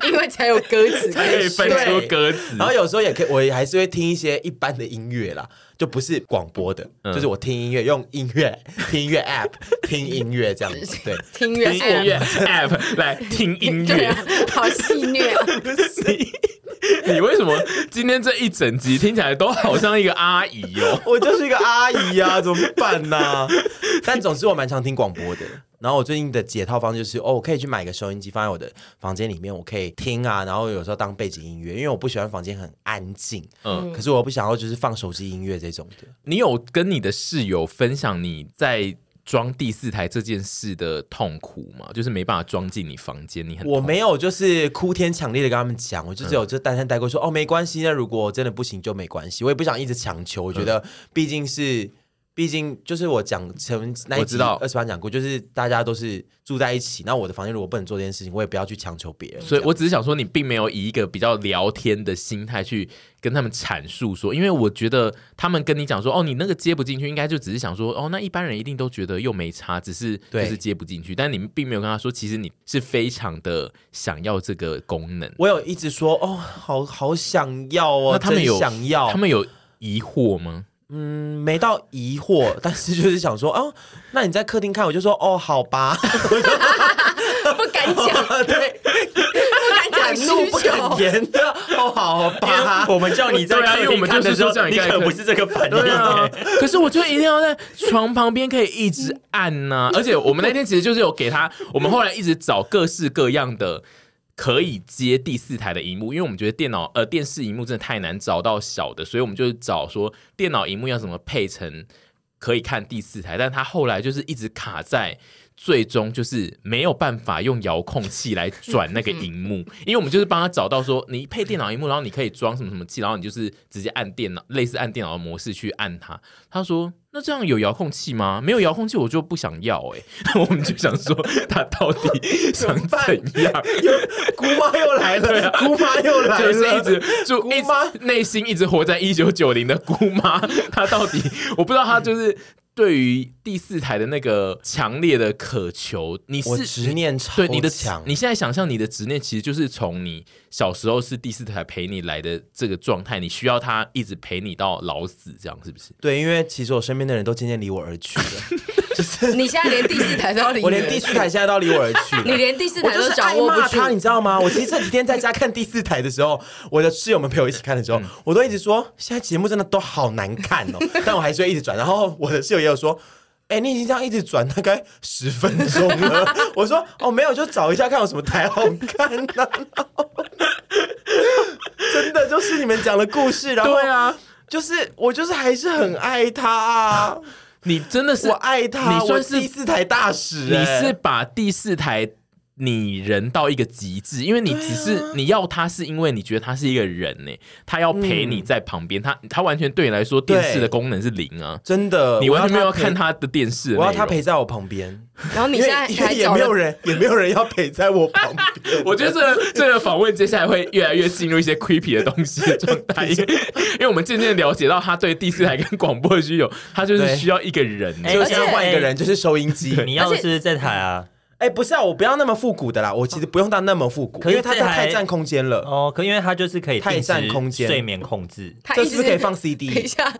S5: 因为才有歌词可
S2: 可
S5: 以
S2: 以分
S5: 选。
S2: 出歌词，
S4: 然后有时候也可以，我也还是会听一些一般的音乐啦，就不是广播的，
S2: 嗯
S4: 就是我听音乐，用音乐听音乐 app 听音乐这样子，对，
S5: 听
S2: 听
S5: 乐
S2: 音乐 app 来听音
S5: 啊对
S2: 乐
S5: 啊。，好戏虐 啊！
S2: 你为什么今天这一整集听起来都好像一个阿姨哦？
S4: 我就是一个阿姨呀、 怎么办啊呢、但总之我蛮常听广播的。然后我最近的解套方式就是，哦，我可以去买个收音机放在我的房间里面，我可以听啊，然后有时候当背景音乐，因为我不喜欢房间很安静，嗯，可是我又不想要就是放手机音乐这种的。
S2: 你有跟你的室友分享你在装第四台这件事的痛苦吗？就是没办法装进你房间，你很
S4: 我
S2: 痛嗯
S4: 没有就是哭天抢地的跟他们讲，我就只有就单单带过说，哦，没关系，那如果真的不行就没关系，我也不想一直强求，我觉
S2: 嗯
S4: 得毕竟是。毕竟就是我讲成那一
S2: 我
S4: 集
S2: 知道
S4: 二十班讲过，就是大家都是住在一起。那我的房间如果不能做这件事情，我也不要去强求别人。
S2: 所以
S4: 这样
S2: 我只是想说，你并没有以一个比较聊天的心态去跟他们阐述说，因为我觉得他们跟你讲说，哦，你那个接不进去，应该就只是想说，哦，那一般人一定都觉得又没差，只是就
S4: 对
S2: 是接不进去，但你们并没有跟他说，其实你是非常的想要这个功能。
S4: 我有一直说哦，好好想要哦，
S2: 那他们
S4: 真
S2: 有
S4: 想要，
S2: 他们有疑惑吗？
S4: 嗯没到疑惑，但是就是想说哦，那你在客厅看，我就说哦，好吧，
S5: 不敢讲，
S4: 对，
S5: 不 敢讲
S4: 敢怒不
S5: 需求
S4: 敢言的，哦， 好吧，
S3: 我们叫你在
S2: 对啊因为
S3: 客
S2: 我
S3: 厅
S2: 们
S3: 看
S2: 就是
S3: 的时候
S2: 说这，样
S3: 你
S2: 应该
S3: 可
S2: 可以
S3: 不是 这个反应、
S2: 对啊
S3: 欸。，
S2: 可是我就一定要在床旁边可以一直按 呐、而且我们那天其实就是有给他，我们后来一直找各式各样的。可以接第四台的荧幕，因为我们觉得电脑呃电视荧幕真的太难找到小的，所以我们就找说电脑荧幕要怎么配成可以看第四台，但他后来就是一直卡在最终就是没有办法用遥控器来转那个荧幕，
S4: 嗯
S2: 因为我们就是帮他找到说你配电脑荧幕，然后你可以装什么什么器，然后你就是直接按电脑类似按电脑的模式去按它。他说那这样有遥控器吗？没有遥控器我就不想要哎、欸我们就想 说他到底想
S4: 么办
S2: 怎样？
S4: 姑妈又来了，姑妈又来了，
S2: 啊就是一直就
S4: 姑
S2: 一
S4: 妈
S2: 直内心一直活在一九九零的姑妈，她到底我不知道她就是对于第四台的那个强烈的渴求，你
S4: 我
S2: 是
S4: 执念超
S2: 对你的
S4: 强，
S2: 你现在想象你的执念，其实就是从你小时候是第四台陪你来的这个状态，你需要他一直陪你到老死，这样是不是？
S4: 对，因为其实我身边的人都渐渐离我而去 了，
S5: 你现在连第四台都要理你，
S4: 我连第四台现在都离我而去了。
S5: 你连第四
S4: 我
S5: 台
S4: 就
S5: 都
S4: 是
S5: 掌
S4: 爱
S5: 握不
S4: 骂
S5: 住
S4: 他，，你知道吗？我其实这几天在家看第四台的时候，我的室友们陪我一起看的时候，
S5: 嗯
S4: 我都一直说现在节目真的都好难看 哦，但我还是会一直转。然后我的室友也有说。哎、你已经这样一直转大概十分钟了。我说哦，没有，就找一下看有什么台好看呢、 真的就是你们讲的故事，然后
S2: 对啊，
S4: 就是我就是还是很爱他啊，
S2: 你真的是
S4: 我爱他，
S2: 你算
S4: 我
S2: 是
S4: 第四台大使、
S2: 你
S4: 哎
S2: 是把第四台拟人到一个极致，因为你只是、
S4: 啊
S2: 你要他，是因为你觉得他是一个人
S4: 嗯
S2: 呢、他要陪你在旁边，他他完全对你来说电视的功能是零啊，
S4: 真的，
S2: 你完全没有要
S4: 我陪
S2: 看他的电视的
S4: 我要
S2: 内
S4: 他
S2: 容。
S4: 陪在我旁边，
S5: 然后你
S4: 因
S5: 现
S4: 为
S5: 在
S4: 因为
S5: 还
S4: 也
S5: 找
S4: 没
S5: 了
S4: 有人，也没有人要陪在我旁 边
S2: 我觉得这个这个访问接下来会越来越进入一些 creepy 的东西的状 态，因为因为我们渐渐了解到他对第四台跟广播的需求，他就是
S4: 对
S2: 需要一个人欸、
S3: 哎
S4: 就
S3: 而
S4: 现
S3: 且
S4: 在换一个人，就是收音机。
S3: 你要的是这台啊，
S4: 哎、不是啊，我不要那么复古的啦，我其实不用到那么复古，
S3: 可
S2: 哦
S3: 是
S4: 因为它
S3: 这还
S4: 太占空间了。
S3: 哦，可因为它就是可以
S4: 太
S3: 定时
S4: 占空间
S3: 睡眠控制。
S5: 他
S4: 这
S5: 一
S4: 是
S5: 直
S4: 不是可以 放
S5: 等一
S4: CD？
S5: 下，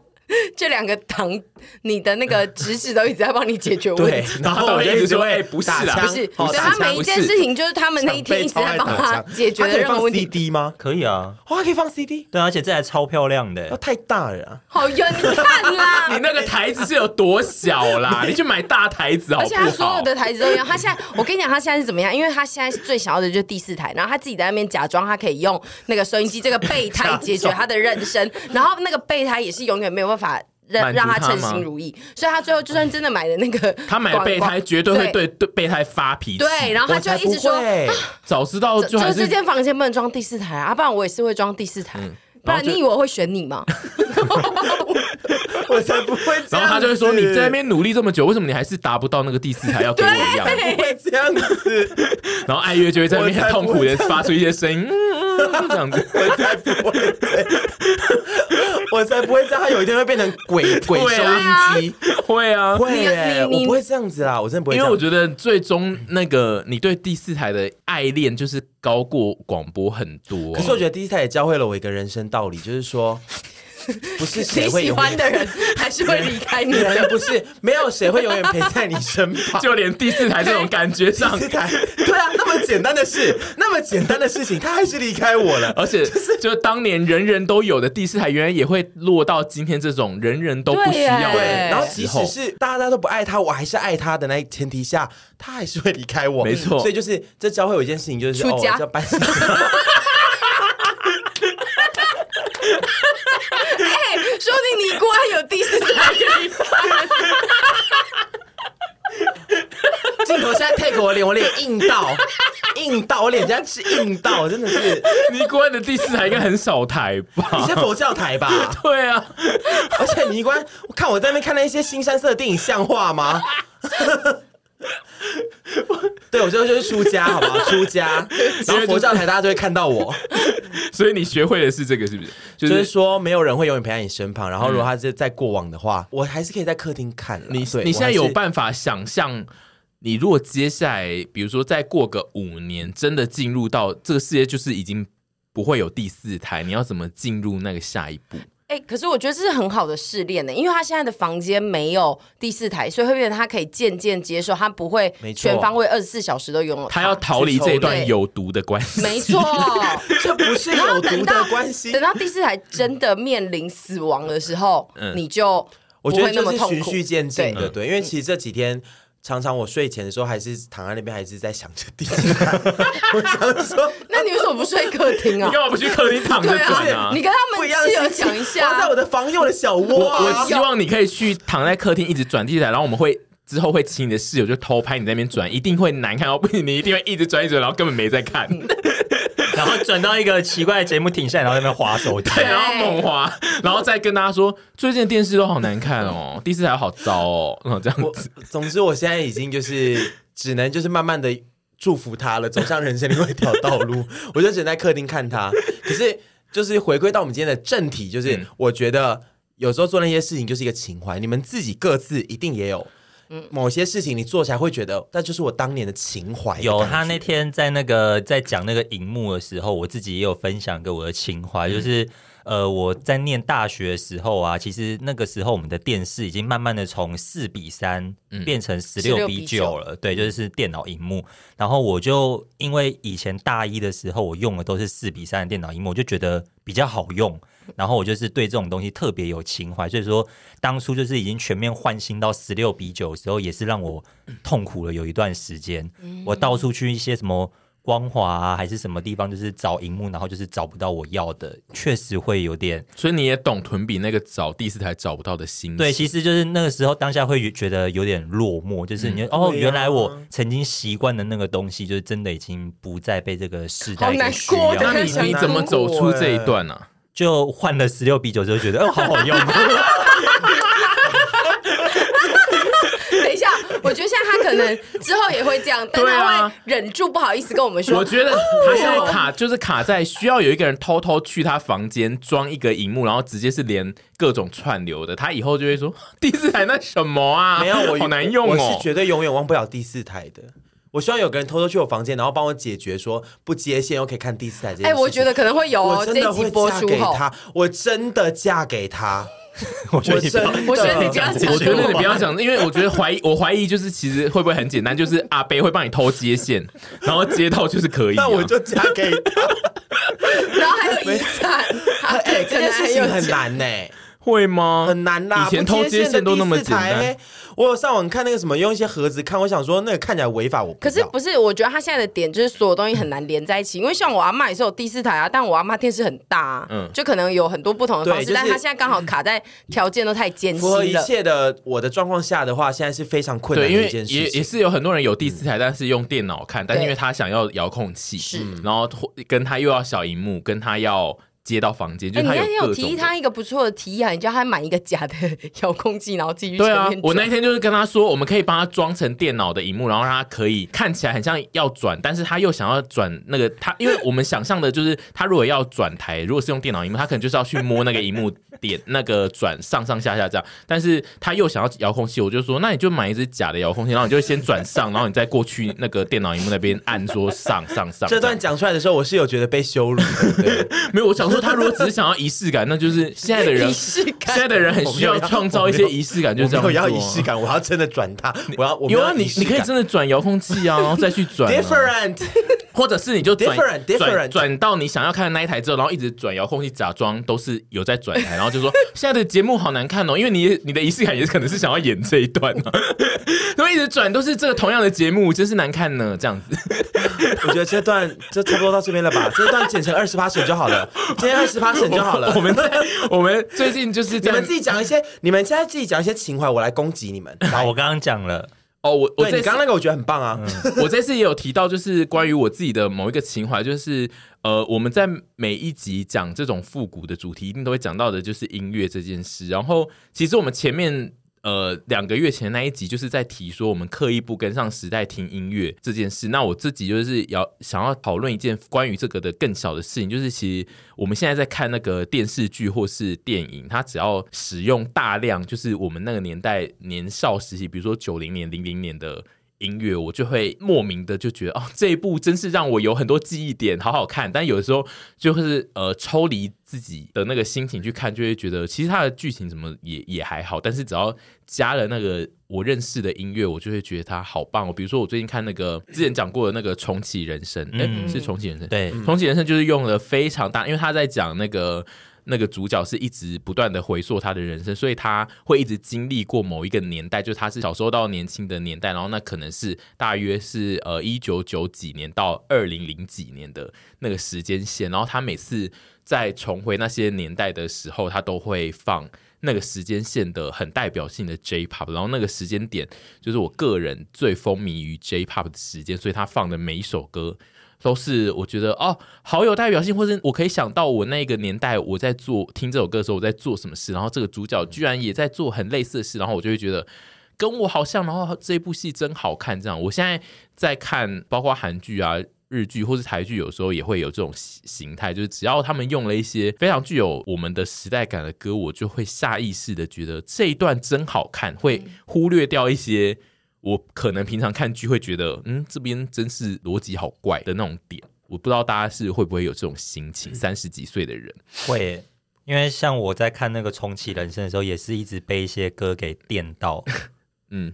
S5: 这两个糖，你的那个直指都一直在帮你解决问
S4: 对
S5: 题。，
S4: 然后我就
S2: 一直说
S4: 会
S2: 哎不是啦
S4: 打枪
S5: 不是，
S4: 好
S5: 所以
S4: 打
S5: 他
S4: 枪
S5: 每一件
S2: 不是
S5: 事情就是他们那一天一直在帮他
S4: 长辈超爱打枪
S5: 解决
S4: 它可
S5: 的
S4: 以
S5: 任何
S4: 放
S5: 问题，
S4: CD 吗？
S3: 可以啊，
S4: 哇，它可以放 CD，
S3: 对啊，而且这台超漂亮的
S4: 要，太大了啊。
S5: 好冤看
S2: 你
S5: 啦！
S2: 那个台子是有多小啦？你去买大台子好
S5: 而
S2: 不
S5: 且他所
S2: 好
S5: 有？的台子都一样，他现在我跟你讲，他现在是怎么样？因为他现在最想要的就是第四台，然后他自己在那边假装他可以用那个收音机这个备 胎解决他的人生，然后那个备胎也是永远没有办法让
S2: 满足
S5: 让
S2: 他
S5: 他称
S2: 吗
S5: 心如意，所以他最后就算真的买了那个
S2: 他买备
S5: 广告
S2: 胎绝对会对对备胎发脾气。
S5: 对，啊然后他就
S4: 我才
S5: 一直说
S4: 不会
S2: 早知道
S5: 就
S2: 就还
S5: 这
S2: 是嗯
S5: 间房间不能装第四台啊，不然我也是会装第四台，不
S2: 然后
S5: 然
S2: 就
S5: 你以为我会选你吗？
S4: 我才不会这样子。
S2: 然后他就会说：“你在那边努力这么久，为什么你还是达不到那个第四台要给我的样子
S4: 不会这样子，？”
S2: 然后爱乐就会在那边很痛苦的发出一些声音，嗯嗯嗯这样子。
S4: 我才不会这样， 我才不会这样。他有一天会变成鬼鬼
S2: 对
S4: 收
S2: 啊
S4: 音机。
S2: 会啊，
S4: 会
S5: 你
S4: 耶，
S5: 你
S4: 我不会这样子啦，我真的不会
S2: 因
S4: 这
S2: 为
S4: 样。
S2: 我觉得最终那个你对第四台的爱恋就是高过广播很多。
S4: 可是我觉得第一台也教会了我一个人生道理，就是说，不是 谁
S5: 你
S4: 会
S5: 喜
S4: 永
S5: 欢
S4: 远，
S5: 的人还是会离 开你
S4: 人
S5: 的。哎
S4: 不是没有谁会永远陪在你身旁。
S2: 就连第四台这种感觉 上
S4: 第，一台，对啊，那么简单的事，那么简单的事情，他还是离开我 了。
S2: 而且就当年人人都有的第四台，原来也会落到今天这种人人都不需要
S5: 对耶
S2: 的
S4: 对，然后即
S2: 时
S4: 使
S2: 候。
S4: 是大家都不爱他，我还是爱他的那一前提下，他还是会离开我。
S2: 没错
S4: 所以就是这教会我一件事情，就是
S5: 出
S4: 哦，
S5: 家
S4: 要搬。
S5: 哎，说不定你果然有第 四台可以看。
S4: 镜头现在 take 我脸，我脸硬 到硬到，我脸这样是硬到，真的是。
S2: 尼姑庵的第四台应该很少台
S4: 你
S2: 吧？
S4: 是佛教台吧？
S2: 对啊，
S4: 而且尼官，我看我在那边看那些新山色的电影，像话 吗？对，我就就是出家，好不 好？出家，然后佛教台大家就会看到我，
S2: 所以你学会的是这个是不是？就
S4: 就是
S2: 是嗯
S4: 说没有人会永远陪在你身旁。然后如果他是在过往的话，我还是可以在客厅看啦。
S2: 你
S4: 对
S2: 你现在
S4: 我还
S2: 有
S4: 是
S2: 办法想象，你如果接下来，比如说再过个五年，真的进入到这个世界，就是已经不会有第四台，你要怎么进入那个下一步？
S5: 哎，可是我觉得这是很好的试炼呢，因为他现在的房间没有第四台，所以会变得他可以渐渐接受，他不会
S4: 没错
S5: 全方位二十四小时都拥有
S2: 他要逃离这一段
S5: 对
S2: 有毒的关 系。
S5: 没错，
S4: 这不是
S5: 然后
S4: 有
S5: 等
S4: 毒
S5: 到
S4: 的关 系
S5: 等，到第四台真的面临死亡的时候，你就不
S4: 嗯我觉
S5: 会那
S4: 得就
S5: 么
S4: 是
S5: 痛
S4: 循
S5: 苦。
S4: 序渐进的，
S2: 嗯
S4: 对，因为其实这几天。常常我睡前的时候，还是躺在那边，还是在想着第四台。 我想说，
S5: 那你为什么不睡客厅
S2: 你
S5: 啊？
S2: 干嘛不去客厅躺着
S5: 对
S2: 转
S5: 啊
S2: 啊，
S5: 你？跟他
S4: 不
S5: 们
S4: 一样的
S5: 室友
S4: 心情
S5: 讲一下
S4: 我在
S5: 啊
S4: 我。的防疫我的小
S2: 我
S4: 窝啊、
S2: 我希望你可以去躺在客厅一直转第四台，然后我们会。之后会请你的室友就偷拍你在那边转，一定会难看哦！不行，你一定会一直转一直转，然后根本没在看，
S3: 然后转到一个奇怪的节目停下来，然后在那边划手机。
S2: 对，然后猛滑，然后再跟大家说最近的电视都好难看哦，第四台好糟哦，然后这样子
S4: 我。总之，我现在已经就是 只能就是慢慢的祝福他了，走向人生另外一条道路。 我就只能在客厅看他。可是，就是回归到我们今天的正题，就是、
S2: 嗯
S4: 我觉得。有时候做那些事情就是一个情怀，你们自己各自一定也有。
S2: 嗯
S4: 某些事情你做起来会觉得，那就是我当年的情怀的感觉。
S3: 有他那天在那个在讲那个荧幕的时候，我自己也有分享给我的情怀，就是呃我在念大学的时候啊，其实那个时候我们的电视已经慢慢的从四比三变成十六比九嗯了，对，就是电脑荧幕。然后我就因为以前大一的时候我用的都是四比三的电脑荧幕，我就觉得比较好用。然后我就是对这种东西特别有情怀，所以说当初就是已经全面换新到十六比九的时候，也是让我痛苦了有一段时间。我到处去一些什么光华啊，还是什么地方，就是找荧幕，然后就是找不到我要的，确实会有点
S2: 所以你也懂屯比那个找第四台找不到的心情
S3: 对，其实就是那个时候当下会觉得有点落寞，就是你、哦，
S4: 对啊
S3: 原来我曾经习惯的那个东西，就是真的已经不再被这个时代
S5: 好
S3: 给
S5: 难
S3: 需要
S5: 过的
S2: 那你
S5: 很
S2: 你怎么
S5: 难
S2: 走出
S5: 过
S2: 这一段呢、
S3: 就换了十六比九之后，觉得哦，好好用。
S5: 等一下，我觉得现在他可能之后也会这样，但
S2: 对啊
S5: 他会忍住不好意思跟我们
S2: 我
S5: 说。
S2: 觉得他现在卡就是卡在需要有一个人偷偷去他房间装一个荧幕，然后直接是连各种串流的。他以后就会说 第四台那什么啊，
S4: 没有我
S2: 好难用
S4: 我
S2: 哦
S4: 是。绝对永远忘不了第四台的。我希望有个人偷偷去我房间，然后帮我解决说不接线又可以看第四台这件
S5: 哎、
S4: 事情。
S5: 我觉得可能会有、
S4: 我
S5: 哦、
S4: 真
S5: 这
S4: 的
S5: 一
S4: 会
S5: 集播
S4: 嫁
S5: 出
S4: 给
S5: 后，
S4: 他，我真的嫁给 他。
S3: 我觉
S4: 我
S3: 得你不
S4: 真
S3: 要
S4: 的，
S5: 我觉 得你不要讲
S2: 呃我觉得你不要
S5: 这种
S2: 讲，因为我觉得怀疑，我怀疑就是其实会不会很简单，就是阿贝会帮你偷接线，然后接到就是可以、啊。
S4: 那我就嫁 给他。
S5: 然后还有遗产，啊
S4: 哎，
S5: 对，
S4: 这
S5: 可
S4: 件
S5: 能还
S4: 事
S5: 有
S4: 情很
S5: 讲
S4: 难呢、
S2: 会吗？
S4: 很难啦。
S2: 以前
S4: 不
S2: 偷接
S4: 线的
S2: 线都那么
S4: 第四
S2: 简
S4: 台
S2: 单
S4: 欸。我有上网看那个什么，用一些盒子看，我想说那个看起来违法，我
S5: 可是
S4: 要
S5: 不是？我觉得他现在的点就是所有东西很难连在一起，因为像我阿妈也是有第四台啊，但我阿妈电视很大、啊，
S2: 嗯
S5: 就可能有很多不同的方
S4: 对
S5: 式，
S4: 就是
S5: 但他现在刚好卡在条件都太艰
S4: 符合
S5: 辛
S4: 一
S5: 了。
S4: 切的我的状况下的话，现在是非常困难
S2: 对，
S4: 的
S2: 因为
S4: 一件事情。
S2: 也也是有很多人有第
S4: 嗯
S2: 四台，但是用电脑看，但是因为他想要遥控器，嗯
S5: 是
S2: 然后或跟他又要小荧幕，跟他要接到房间，就是
S5: 哎、你
S2: 他
S5: 那天有
S2: 各
S5: 提
S2: 种
S5: 议
S2: 的。
S5: 他一个不错的提议啊，你叫他买一个假的 遥控器，然后继续
S2: 对啊
S5: 前面，
S2: 我那
S5: 转
S2: 天就是跟他说，我们可以帮他装成电脑的荧幕，然后让他可以看起来很像要转，但是他又想要转那个他，因为我们想象的就是他如果要转台，如果是用电脑荧幕，他可能就是要去摸那个荧幕点那个转上上下下这样，但是他又想要遥控器，我就说那你就买一只假的遥控器，然后你就先转上，然后你再过去那个电脑荧幕那边按说上上上。
S4: 这段
S2: 样
S4: 讲出来的时候，我是有觉得被羞辱的。对
S2: 没有，我想说他如果只是想要仪式感，那就是现在的人
S5: 仪。式
S2: 现
S5: 感
S2: 在的人 很需要创造一些仪式感，就
S4: 我
S2: 这样做
S4: 没有
S2: 啊。
S4: 要仪式感，我要真的转它，我要我们
S2: 有啊，
S4: 要
S2: 你
S4: 仪式
S2: 你可以
S4: 感
S2: 真的转遥控器啊，然后再去转、啊，
S4: different
S2: 或者是你就转
S4: Different, different
S2: 转转到你想要看的那一台之后，然后一直转遥控器，假装都是有在转台，然后就说 现在的节目好难看哦，因为你你的仪式感也可能是想要演这一段啊， 因为一直转都是这个同样的节目，真是难看呢，这样子。
S4: 我觉得这段就差不多到这边了吧，这段剪成二十八省就好了，今天二十八省就好了。
S2: 我们在我们最近就是
S4: 你
S2: 在
S4: 们自己讲一些，你们现在自己讲一些情怀，我来攻击你们。
S3: 好，我刚刚讲了，
S2: 哦，我我
S4: 对
S2: 这
S4: 你
S2: 次嗯
S4: 刚刚那个我觉得很棒啊，
S2: 我这次也有提到，就是关于我自己的某一个情怀，就是呃，我们在每一集讲这种复古的主题，一定都会讲到的，就是音乐这件事。然后，其实我们前面呃两个月前那一集，就是在提说我们刻意不跟上时代听音乐这件事。那我自己就是要想要讨论一件关于这个的更小的事情，就是其实我们现在在看那个电视剧或是电影，它只要使用大量就是我们那个年代年少时期，比如说九零年、零零年的。音乐，我就会莫名的就觉得，哦，这一部真是让我有很多记忆点，好好看。但有的时候就是呃，抽离自己的那个心情去看，就会觉得其实它的剧情怎么也也还好，但是只要加了那个我认识的音乐，我就会觉得它好棒、哦。比如说我最近看那个之前讲过的那个《重启人生》，哎、
S3: 嗯
S2: 是《重启人生》
S3: 对，
S2: 重启人生就是用了非常大，因为他在讲那个那个主角是一直不断的回溯他的人生，所以他会一直经历过某一个年代，就是他是小时候到年轻的年代，然后那可能是大约是呃一九九几年到二零零几年的那个时间线，然后他每次在重回那些年代的时候，他都会放。那个时间线的很代表性的 J-pop，然后那个时间点就是我个人最风靡于 J-pop 的时间，所以他放的每一首歌都是我觉得哦，好有代表性，或是我可以想到我那个年代我在做听这首歌的时候我在做什么事，然后这个主角居然也在做很类似的事，然后我就会觉得跟我好像，然后这部戏真好看。这样，我现在在看包括韩剧啊、日剧或是台剧，有时候也会有这种形形态，就是只要他们用了一些非常具有我们的时代感的歌，我就会下意识的觉得这一段真好看，会忽略掉一些我可能平常看剧会觉得，嗯，这边真是逻辑好怪的那种点。我不知道大家是会不会有这种心情，三十几岁的人，
S3: 会，因为像我在看那个《重启人生》的时候，也是一直被一些歌给电到。
S2: 嗯，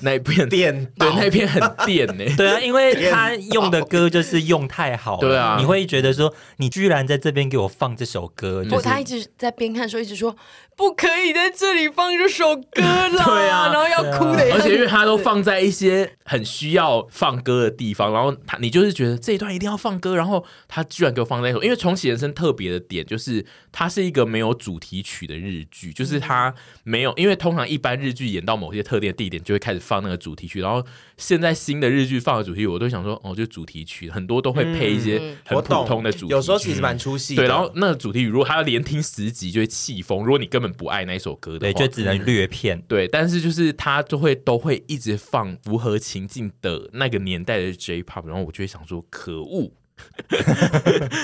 S2: 那一片
S4: 电
S2: 对那一片很电欸呢、
S3: 对啊，因为他用的歌就是用太好了，
S2: 对啊
S3: 你会觉得说你居然在这边给我放这首歌，就
S5: 我
S3: 是
S5: 他一直在边看的时候一直说不可以在这里放这首歌啦，
S2: 对啊
S5: 然后要哭的样
S2: 而
S5: 子，
S2: 且因为它都嗯放在一些很需要放歌的地方，然后他你就是觉得这一段一定要放歌，然后他居然给我放在一首，因为重启人生特别的点就是它是一个没有主题曲的日剧，就是它没有，因为通常一般日剧演到某些特定的地点就会开始放那个主题曲，然后现在新的日剧放的主题曲，我都想说哦，就主题曲很多都会配一些很
S4: 我
S2: 普
S4: 懂
S2: 通的主题曲，嗯
S4: 有时候其实蛮出戏的。
S2: 对，然后那个主题曲如果他要连听十集就会气疯，如果你根本不爱那一首歌的
S3: 对，
S2: 话，
S3: 就只能略片。
S2: 对，但是就是他就会都会一直放符合情境的那个年代的 J-pop，然后我就会想说，可恶，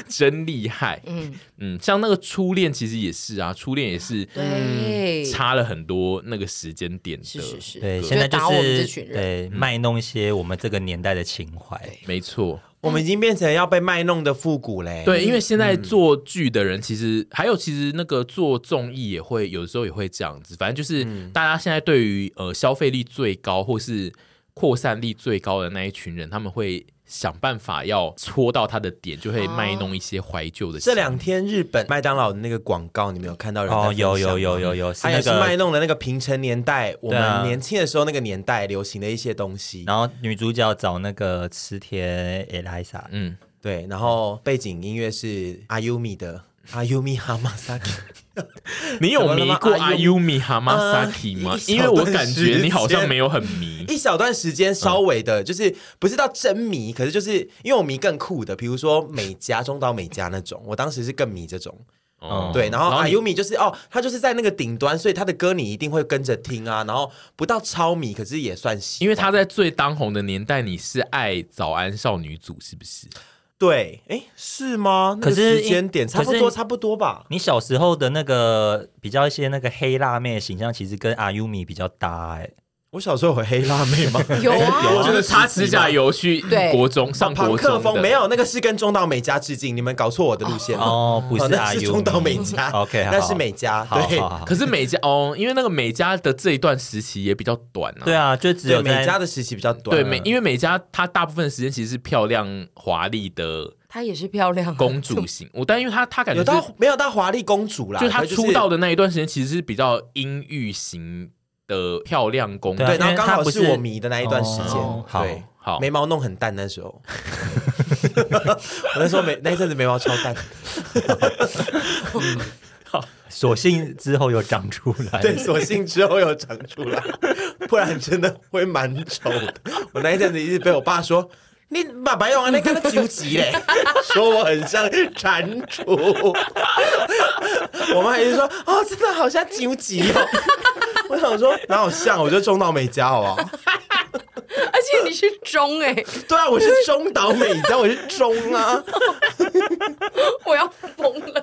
S2: 真厉害。
S5: 嗯，
S2: 嗯，像那个初恋其实也是啊，初恋也是
S5: 对，
S2: 差了很多那个时间点的，
S5: 哎是是是，
S3: 对，
S5: 就
S3: 现在就
S5: 打我们这
S3: 是
S5: 群人，
S3: 对卖弄一些我们这个年代的情怀。
S2: 没错。
S4: 我们已经变成要被卖弄的复古嘞。
S2: 对，因为现在做剧的人，其实、还有其实那个做综艺也会有时候也会这样子，反正就是
S4: 嗯
S2: 大家现在对于呃消费力最高或是扩散力最高的那一群人，他们会想办法要戳到他的点，就会卖弄一些怀旧的情
S4: 这
S2: 绪。
S4: 两天日本麦当劳的那个广告，你们有看到人在
S3: 哦，
S4: 分享
S3: 有
S4: 吗
S3: 有有有有，是
S4: 它也
S3: 那
S4: 是卖
S3: 个，
S4: 弄了那个平成年代，我
S3: 对
S4: 们
S3: 啊
S4: 年轻的时候那个年代流行的一些东西。
S3: 然后女主角找那个池田エライサ，
S2: 嗯，
S4: 对，然后背景音乐是阿优米的阿优米哈马萨克，
S2: 你有迷过
S4: 怎么了吗
S2: 阿 u m i Hamasaki 吗
S4: 呃？一
S2: 因为我
S4: 小段
S2: 感
S4: 时
S2: 觉
S4: 间
S2: 你好像没有很迷。
S4: 一小段时间稍微的，就是不是到真迷，可是就是因为我迷更酷的，比如说美嘉、中岛美嘉那种，我当时是更迷这种。
S2: 哦
S4: 对，然后阿
S2: 你
S4: 优米就是哦，他就是在那个顶端，所以他的歌你一定会跟着听啊。然后不到超迷，可是也算喜欢
S2: 因为他在最当红的年代，你是爱早安少女组是不是？
S4: 对，哎，是吗？那个
S3: 可是
S4: 时间点
S3: 因
S4: 差不
S3: 可
S4: 多，
S3: 是
S4: 差不多吧。
S3: 你小时候的那个比较一些那个黑辣妹的形象，其实跟阿优米比较搭哎、
S4: 我小时候有黑辣妹吗？
S5: 有啊
S4: 有啊
S2: 就是擦指甲油去
S5: 对
S2: 国中上
S4: 朋
S2: 国
S4: 克
S2: 中
S4: 风
S2: 的
S4: 没有，那个是跟中岛美嘉致敬，你们搞错我的路线了。
S3: 哦，不是
S4: 哦那
S3: 阿
S4: 是
S3: 优米，
S4: 中岛美嘉
S3: OK，
S4: 那
S3: 好
S4: 是美嘉，
S3: 好
S4: 对
S3: 好好好
S2: 可是美嘉哦，因为那个美嘉的这一段时期也比较短啊。
S3: 对
S2: 啊，
S3: 啊，就只
S4: 对，
S3: 有
S4: 美嘉
S3: 在
S4: 的时期比较短。啊
S2: 对美，因为美嘉她大部分时间其实是漂亮华丽的
S5: 她也是漂亮啊
S2: 公 主型，我但因为她她感觉
S4: 有
S2: 是
S4: 到没有到华丽公主啦，
S2: 就是她
S4: 可
S2: 出道的那一段时间其实是比较阴郁型的漂亮公主
S3: 对啊。
S4: 对，然
S3: 因
S4: 后
S3: 为
S4: 刚
S3: 她
S4: 好
S3: 不
S4: 是
S3: 是
S4: 我迷的那一段时间
S3: 哦，好
S4: 对，
S2: 好
S4: 眉毛弄很淡那时候， 我那时候眉那一阵子眉毛超淡，
S3: 索性之后又长出来，
S4: 对，所幸之后又长出 来，不然真的会蛮丑的。我那一阵子一直被我爸说。你爸爸用那个纠集嘞， 说我很像蟾蜍。 我妈也是说，哦，真的好像纠集哦。 我想说哪有像，我就中岛美嘉好不好？
S5: 而且你是中哎、
S4: 对啊，我是中岛美嘉，我是中啊。
S5: 我要疯了，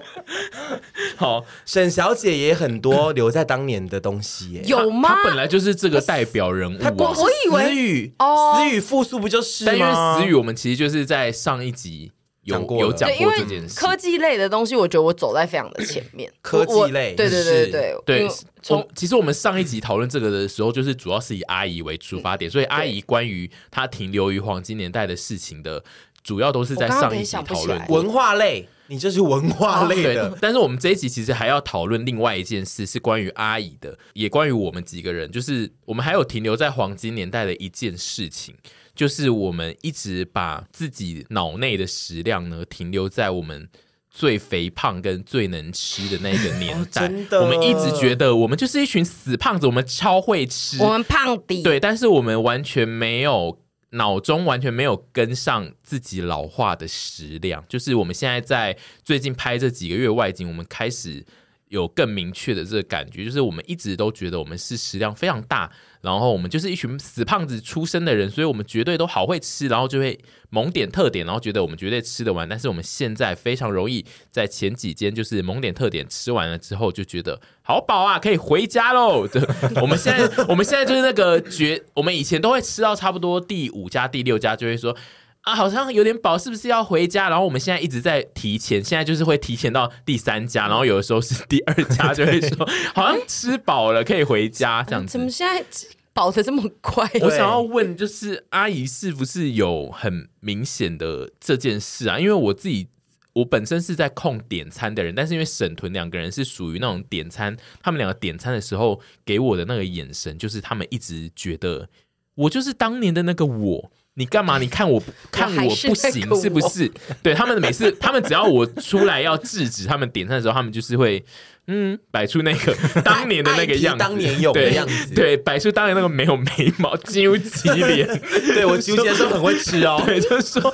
S2: 好，
S4: 沈小姐也很多留在当年的东西耶。
S5: 有吗？
S2: 她本来就是这个代表人物
S4: 她光
S2: 啊
S4: 是。
S5: 我以为
S4: 思雨，
S5: 哦
S4: 思雨复苏不就是吗？
S2: 但因为思雨，我们其实就是在上一集有
S4: 讲过了
S2: 有讲
S5: 对，因
S2: 过
S5: 为
S2: 这件事。
S5: 科技类的东西，我觉得我走在非常的前 面。
S4: 科技
S5: 我我
S4: 类
S5: 对对
S4: 是
S5: 对对因
S2: 对
S5: 为，
S2: 从
S5: 从
S2: 其实我们上一集讨论这个的时候，就是主要是以阿姨为出发
S5: 嗯
S2: 点，所以阿姨关于她停留于黄金年代的事情的，主要都是在上一集讨
S5: 我刚
S2: 论
S5: 刚没想不起来
S2: 过。
S4: 文化类，你就是文化类
S2: 对
S4: 的。，
S2: 但是我们这一集其实还要讨论另外一件事，是关于阿姨的，也关于我们几个人，就是我们还有停留在黄金年代的一件事情，就是我们一直把自己脑内的食量呢停留在我们。最肥胖跟最能吃的那个年代，
S4: 哦真的
S2: 我们一直觉得我们就是一群死胖子，我们超会吃，
S5: 我们胖底，
S2: 对，但是我们完全没有脑中完全没有跟上自己老化的食量，就是我们现在在最近拍这几个月外景，我们开始。有更明确的这个感觉，就是我们一直都觉得我们是食量非常大，然后我们就是一群死胖子出身的人，所以我们绝对都好会吃，然后就会猛点特点，然后觉得我们绝对吃得完。但是我们现在非常容易在前几间就是猛点特点吃完了之后，就觉得好饱啊，可以回家喽。对，我们现在我们现在就是那个觉，我们以前都会吃到差不多第五家、第六家就会说。啊，好像有点饱，是不是要回家？然后我们现在一直在提前，现在就是会提前到第三家，然后有的时候是第二家，就会说 好像吃饱了可以回家这样子。
S5: 怎么现在饱的这么快？
S2: 我想要问，就是阿姨是不是有很明显的这件事啊？因为我自己，我本身是在控点餐的人，但是因为沈屯两个人是属于那种点餐，他们两个点餐的时候给我的那个眼神，就是他们一直觉得我就是当年的那个我。你干嘛？你看我不，看
S5: 还
S2: 我
S5: 是
S2: 不
S5: 那
S2: 行
S5: 个，
S2: 是不
S5: 我
S2: 是？对他们每次，他们只要我出来要制止他们点餐的时候，他们就是会嗯摆出那 个当年的那个
S4: 爱提
S2: 样子，
S4: 当年勇的
S2: 对
S4: 样子
S2: 对，摆出当年那个没有眉毛、揪鸡脸，
S4: 对我纠结的时候很会吃哦。
S2: 对，就是说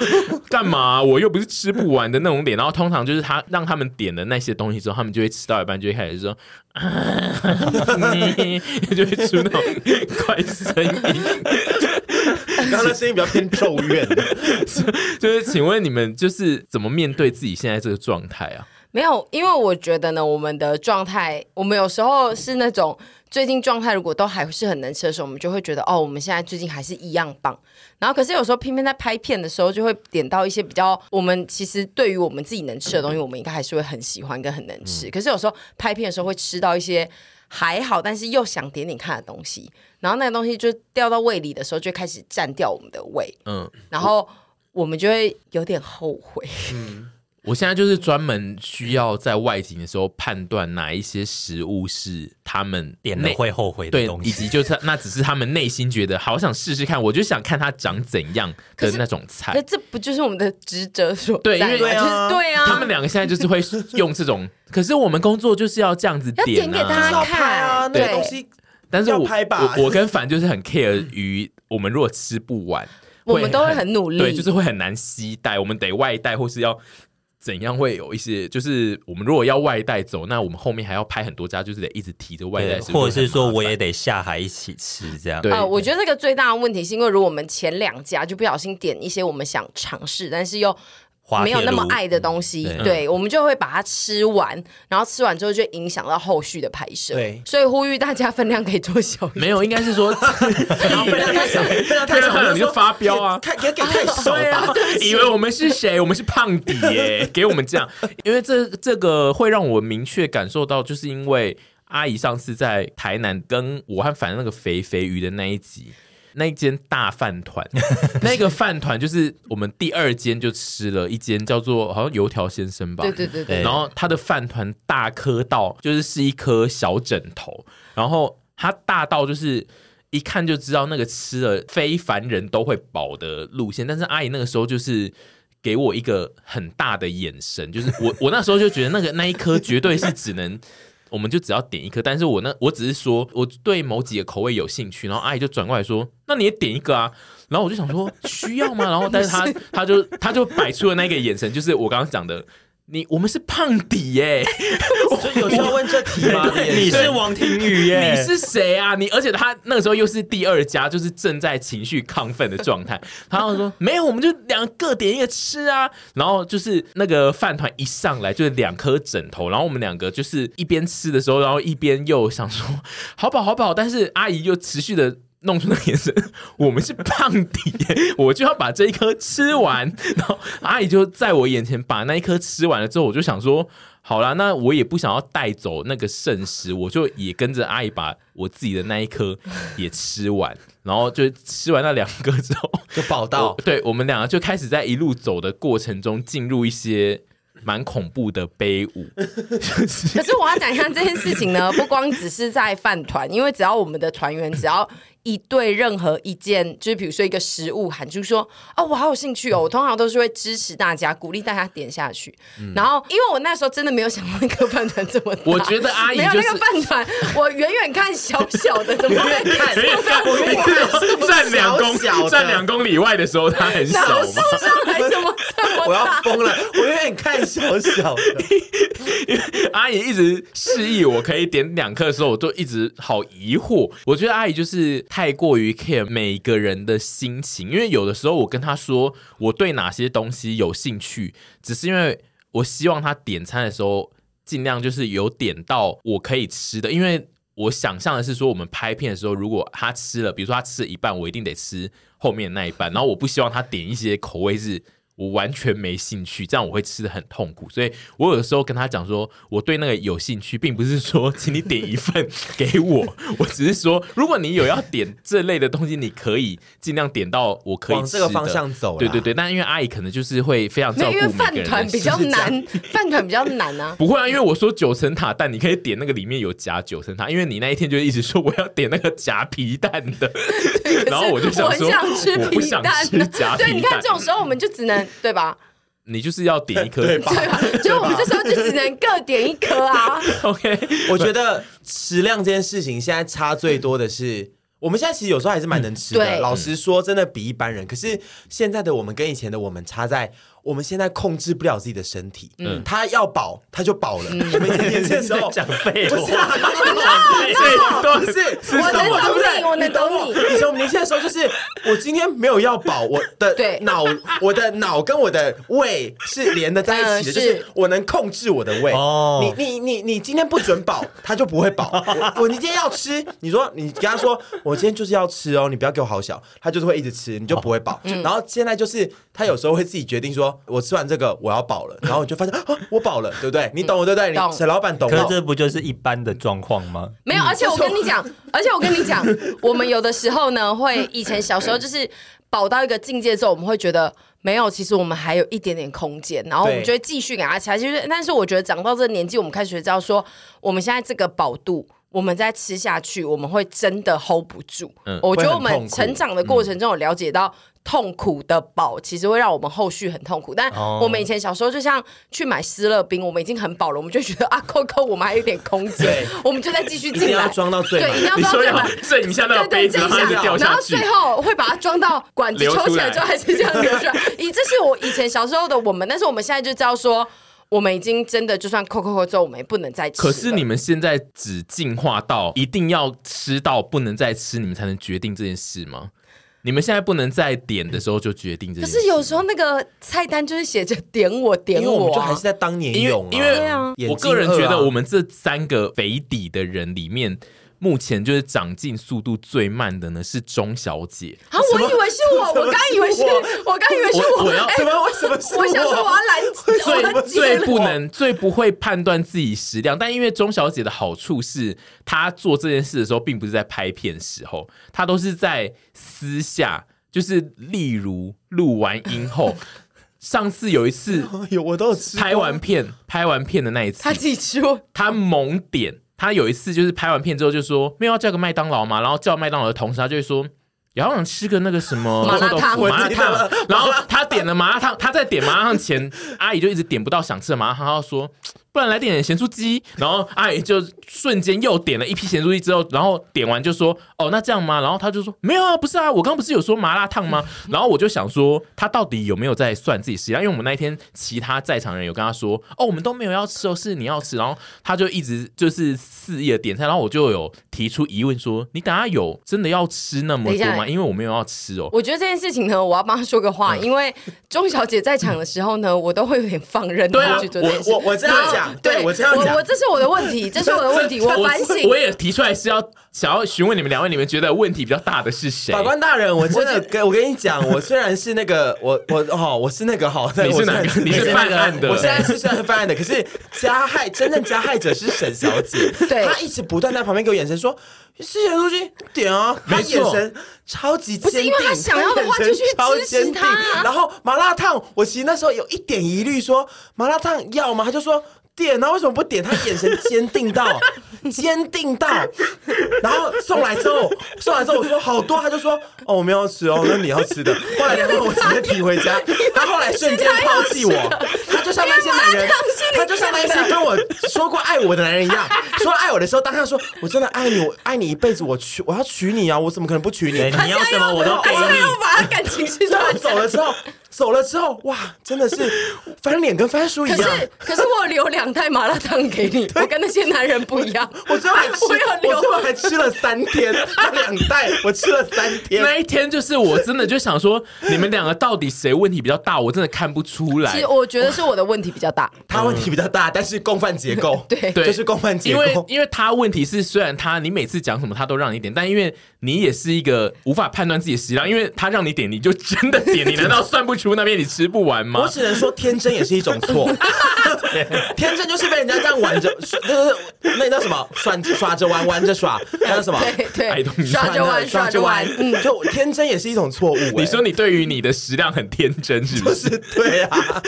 S2: 干嘛、我又不是吃不完的那种脸。然后通常就是他让他们点的那些东西之后，他们就会吃到一半就会开始说， 啊、你就会出那种怪声 音。
S4: 刚刚的声音比较偏咒怨 的，
S2: 就是请问你们就是怎么面对自己现在这个状态啊？
S5: 没有，因为我觉得呢，我们的状态，我们有时候是那种最近状态如果都还是很能吃的时候，我们就会觉得哦，我们现在最近还是一样棒。然后可是有时候偏偏在拍片的时候，就会点到一些比较我们其实对于我们自己能吃的东西，我们应该还是会很喜欢跟很能吃。可是有时候拍片的时候会吃到一些还好，但是又想点点看的东西，然后那个东西就掉到胃里的时候，就开始占掉我们的胃，
S2: 嗯，
S5: 然后我们就会有点后悔。
S2: 我现在就是专门需要在外景的时候判断哪一些食物是他们
S3: 点了
S2: 内
S3: 会后悔的
S2: 对
S3: 东，
S2: 以
S3: 西。
S2: 及就是那只是他们内心觉得好想试试看，我就想看它长怎样的那种菜
S5: 那。这不就是我们的职责所
S2: 对
S5: 在吗？
S2: 因为
S5: 就是对啊，
S2: 他们两个现在就是会用这种，可是我们工作就是要这样子
S5: 要点
S2: 啊。
S5: 给大家
S4: 要拍啊，
S5: 看
S4: 那个
S5: 对
S4: 东西
S2: 但是
S4: 要
S2: 我
S4: 拍吧
S2: 我我跟凡就是很 care 于我们如果吃不完，
S5: 我们都会很努力
S2: 对，就是会很难携带，我们得外带或是要。怎样会有一些？就是我们如果要外带走，那我们后面还要拍很多家，就是得一直提着外带
S3: 对，
S2: 食物，
S3: 或者是说
S2: 很麻
S3: 我
S2: 烦
S3: 也得下海一起吃这样。
S2: 对
S5: 呃，我觉得这个最大的问题是因为，如果我们前两家就不小心点一些我们想尝试，但是又
S3: 滑
S5: 没有那么
S3: 铁卢
S5: 爱的东西，
S3: 嗯
S5: 对
S3: 对
S5: 我们就会把它吃完，然后吃完之后就影响到后续的拍摄。
S4: 对
S5: 所以呼吁大家分量可以做小一点。
S2: 没有，应该是 说
S4: 非常太少了，
S2: 你就发飙啊
S4: 太给给太少
S2: 对
S4: 了
S2: 啊
S4: 吧。，
S2: 以为我们是谁？我们是胖底耶， 给我们这样，因为这这个会让我明确感受到，就是因为阿姨上次在台南跟我和凡那个肥肥鱼的那一集。那一间大饭团，那个饭团就是我们第二间就吃了一间叫做好像油条先生吧，
S5: 对对对对
S3: 对
S2: 然后他的饭团大颗到就是是一颗小枕头，然后它大到就是一看就知道那个吃了非凡人都会饱的路线，但是阿姨那个时候就是。给我一个很大的眼神，就是我，我那时候就觉得那个那一颗绝对是只能，我们就只要点一颗。但是我那我只是说我对某几个口味有兴趣，然后阿姨就转过来说：“那你也点一个啊。”然后我就想说 需要吗？然后但是他他就他就摆出了那个眼神，就是我刚刚讲的，你我们是胖底耶、
S4: 所以有需要问这题吗？
S3: 你是王庭宇耶，
S2: 你是谁啊？你而且他那个时候又是第二家，就是正在情绪亢奋的状态。然后说没有，我们就两个各点一个吃啊。然后就是那个饭团一上来就是两颗枕头，然后我们两个就是一边吃的时候，然后一边又想说 好饱好饱，但是阿姨又持续的。弄出那个眼神，我们是胖底耶，我就要把这一颗吃完。然后阿姨就在我眼前把那一颗吃完了之后，我就想说，好啦，那我也不想要带走那个剩食，我就也跟着阿姨把我自己的那一颗也吃完，然后就吃完那两个之后，
S4: 就报
S2: 我
S4: 道，
S2: 对我们两个就开始在一路走的过程中进入一些蛮恐怖的悲舞，
S5: 可是我要讲一下这件事情呢，不光只是在饭团，因为只要我们的团员只要一对任何一件，就是比如说一个食物喊出说哦，我好有兴趣哦，我通常都是会支持大家，鼓励大家点下去。然后因为我那时候真的没有想到那个饭团这 么大，
S2: 嗯我觉得阿姨
S5: 没有
S2: 就
S5: 那
S2: 是
S5: 个饭团，我远远看小小的，怎么会看？
S2: 站两公
S4: 小小的
S2: 站两公里外的时候，他很小
S5: 然后
S2: 嘛
S5: 送。上来怎么 这么
S4: 我要
S5: 大？
S4: 疯了，我有点看小小的，
S2: 阿姨一直示意我可以点两颗的时候，我就一直好疑惑。我觉得阿姨就是太过于 care 每个人的心情，因为有的时候我跟她说我对哪些东西有兴趣，只是因为我希望她点餐的时候尽量就是有点到我可以吃的，因为。我想象的是说，我们拍片的时候，如果她吃了，比如说她吃了一半，我一定得吃后面那一半。然后我不希望她点一些口味是我完全没兴趣，这样我会吃的很痛苦。所以我有时候跟他讲说，我对那个有兴趣，并不是说 请你点一份给我，我只是说，如果你有要点这类的东西，你可以尽量点到我可以
S4: 往这个
S2: 吃的
S4: 方向走啦
S2: 对对对，但因为阿姨可能就是会非常
S5: 没
S2: 照
S5: 有，
S2: 顾
S5: 因为
S2: 每
S5: 饭
S2: 个人
S5: 团
S2: 的
S5: 比
S2: 心
S5: 较
S2: 情
S5: 难，饭团比较难啊。
S2: 不会啊，因为我说九层塔蛋，你可以点那个里面有夹九层塔，因为你那一天就一直说我要点那个夹皮蛋的，然后我就想
S5: 很
S2: 说
S5: 想吃
S2: 我不
S5: 皮
S2: 想
S5: 蛋
S2: 吃夹皮蛋，
S5: 对，你看这种时候我们就只能 对吧？
S2: 你就是要点一颗
S4: 对吧
S5: 对吧？就我们这时候就只能各点一颗啊。
S2: ？OK，
S4: 我觉得食量这件事情现在差最多的是。我们现在其实有时候还是蛮能吃
S5: 嗯
S4: 的，
S5: 对
S4: 老实说，真的比一般人。可是现在的我们跟以前的我们差在，我们现在控制不了自己的身体，嗯，他要饱他就饱了。我们以前年轻的 时候
S3: 讲废话
S4: 不是啊，
S2: 这
S5: 哦
S4: 不是，是
S5: 我能
S4: 懂对不对
S5: 懂你我能懂
S4: 我
S5: 你
S4: 以前我们年轻的时候，就是我今天没有要饱，我的
S5: 对
S4: 脑，我的脑跟我的胃是连的在一起的，
S5: 嗯
S4: 就是
S5: 是
S4: 我能控制我的胃。
S3: 哦
S4: 你你你你今天不准饱，他就不会饱。我我你今天要吃，你说你跟他说，我今天就是要吃哦，你不要给我好小，他就是会一直吃，你就不会饱。
S5: 嗯
S4: 然后现在就是他有时候会自己决定说，我吃完这个我要饱了，然后你就发现啊，我饱了，对不对？你懂我对不对？
S5: 懂
S4: 你沈老板懂哦
S3: 可是
S4: 我。
S3: 这不就是一般的状况吗？
S5: 没有，
S4: 嗯
S5: 而且我跟你 讲，而且我跟你讲，我们有的时候呢，会以前小时候就是饱到一个境界之后，我们会觉得没有，其实我们还有一点点空间，然后我们
S4: 对
S5: 就会继续给他吃下去。就是但是我觉得长到这个年纪，我们开始知道说，我们现在这个饱度。我们再吃下去，我们会真的 hold 不住。
S2: 嗯
S5: 我觉得
S4: 会很
S5: 我们
S4: 痛苦
S5: 成长的过程中，有了解到痛苦的饱，其实会让我们后续很痛苦。但
S3: 哦
S5: 我们以前小时候，就像去买湿乐冰，我们已经很饱了，我们就觉得啊，够够，我们还有一点空间
S4: 对，
S5: 我们就再继续
S4: 一定
S5: 进
S4: 要
S5: 来。
S4: 装到最
S5: 对，
S4: 满
S5: 一定。要
S2: 你
S5: 装
S2: 说
S5: 最
S2: 要
S5: 满。
S2: 震一下那
S5: 对
S2: 个杯
S5: 对，
S2: 子，
S5: 这
S2: 然
S5: 一
S2: 后它就
S5: 下，
S2: 掉
S5: 然
S2: 下
S5: 后
S2: 去
S5: 最。后会把它装到管子
S2: 流出
S5: 抽起来
S2: 来
S5: 之后，还是这样流出来。 咦，这是我以前小时候的我们，但是我们现在就知道说，我们已经真的就算扣扣扣之后，我们也不能再吃
S2: 可
S5: 了。
S2: 是你们现在只进化到一定要吃到不能再吃，你们才能决定这件事吗？你们现在不能在点的时候就决定这件
S5: 可
S2: 事吗。
S5: 是有时候那个菜单就是写着点我点
S4: 因为我们就还
S5: 啊
S4: 是。在当年
S2: 因为
S4: 用、啊
S2: 因为
S5: 对啊
S4: 眼睛
S2: 我个人觉
S4: 饿啊
S2: 得我们这三个北底的人里面，目前就是长进速度最慢的呢是钟小 姐。
S5: 啊！我以为是 我，我刚以为是，我刚以为是
S2: 我
S5: 我
S2: 我要
S5: 哎
S4: 怎么为什么是
S5: 我想说我要拦
S2: 最
S5: 我要啊
S2: 最
S5: 截了
S2: 不能、最不会判断自己食量，但因为钟小姐的好处是，她做这件事的时候，并不是在拍片时候，她都是在私下，就是例如录完音 后，上次有一次
S4: 哎呦，我都有吃过
S2: 拍完片，拍完片的那一次，
S5: 他自己吃我，
S2: 他猛点，他有一次就是拍完片之后就说没有要叫个麦当劳嘛，然后叫麦当劳的同时，他就会说。也好想吃个那个什么
S5: 麻辣烫
S2: 麻辣
S4: 我记得
S2: 烫
S4: 了，
S2: 然后他点了麻辣烫，他在点麻辣烫前，阿姨就一直点不到想吃的麻辣烫，她就说不然来点点咸酥鸡，然后阿姨就瞬间又点了一批咸酥鸡之后，然后点完就说哦那这样吗？然后他就说没有啊，不是啊，我刚刚不是有说麻辣烫吗？然后我就想说哦他到底有没有在算自己食量？因为我们那一天其他在场人有跟他说哦我们都没有要吃哦，是你要吃，然后他就一直就是肆意的点菜，然后我就有提出疑问说你等下有真的要吃那么
S5: 等一
S2: 多
S5: 下
S2: 吗？因为我没有要吃哦。
S5: 我觉得这件事情呢，我要帮她说个
S4: 嗯
S5: 话，因为钟小姐在场的时候呢，我都会有点放任
S2: 对啊
S5: 她去做这件事。
S4: 我我这样讲，对我这样
S5: 我
S4: 讲
S5: 我，这是我的问题，这是我的 问题，我反省
S2: 我。也提出来是要想要询问你们两位，你们觉得问题比较大的是谁？
S4: 法官大人，我真的跟我跟你讲，我虽然是那个我我哦，我是那个好，
S2: 你是哪
S4: 我
S2: 个？
S4: 虽然
S2: 你是犯案的？
S4: 我现在是虽然犯案的，可是加害真正加害者是沈小姐，
S5: 对
S4: 她一直不断在旁边给我眼神说是盐酥鸡点啊，她
S2: 没错
S4: 眼神超级坚定，
S5: 不是因为她想要的话
S4: 眼神
S5: 就去支持
S4: 超坚定
S5: 她啊
S4: 然后麻辣烫，我其实那时候有一点疑虑，说麻辣烫要吗？她就说。点啊，为什么不点？她眼神坚定到坚定到，然后送来之后，送来之后我说好多，他就说哦我没有要吃哦，那你要吃的。后来两个我直接提回家，他后来瞬间抛弃我，他就像那些男人，他就像那些跟我说过爱我的男人一样，说爱我的时候，当他说我真的爱你，我爱你一辈子，我娶我要娶你啊，我怎么可能不娶你？
S3: 对你要什么我都给
S5: 还
S4: 哎
S5: 是
S3: 你
S5: 要。把他感情是
S4: 最后走了之后，走了之后，哇，真的是翻脸跟翻书一
S5: 可
S4: 样。
S5: 是可是我留两袋麻辣烫给你，我跟那些男人不一样，
S4: 我最后还吃，
S5: 我有
S4: 我
S5: 留
S4: 最后还吃了三天，那两袋我吃了三天。
S2: 那一天就是我真的就想说，你们两个到底谁问题比较大？我真的看不出来
S5: 其实。我觉得是我的问题比较大，
S4: 他问题比较大，但是共犯结构，
S5: 对
S2: 对
S4: 就是共犯结
S2: 因
S4: 构。
S2: 为因为他问题是，虽然他你每次讲什么他都让你点，但因为你也是一个无法判断自己的食量，因为他让你点，你就真的点，你难道算不出那边你吃不完
S4: 我
S2: 吗？
S4: 只能说，天真也是一种 错。天真就是被人家这样玩着， 就是那叫什么，耍耍着玩，玩着耍，那叫什么？
S5: 对
S2: 哎都
S5: 对，耍着玩耍着玩，嗯，
S4: 嗯，就天真也是一种错误、欸。
S2: 你说你对于你的食量很天真，是不
S4: 不
S2: 是？
S4: 是对 啊？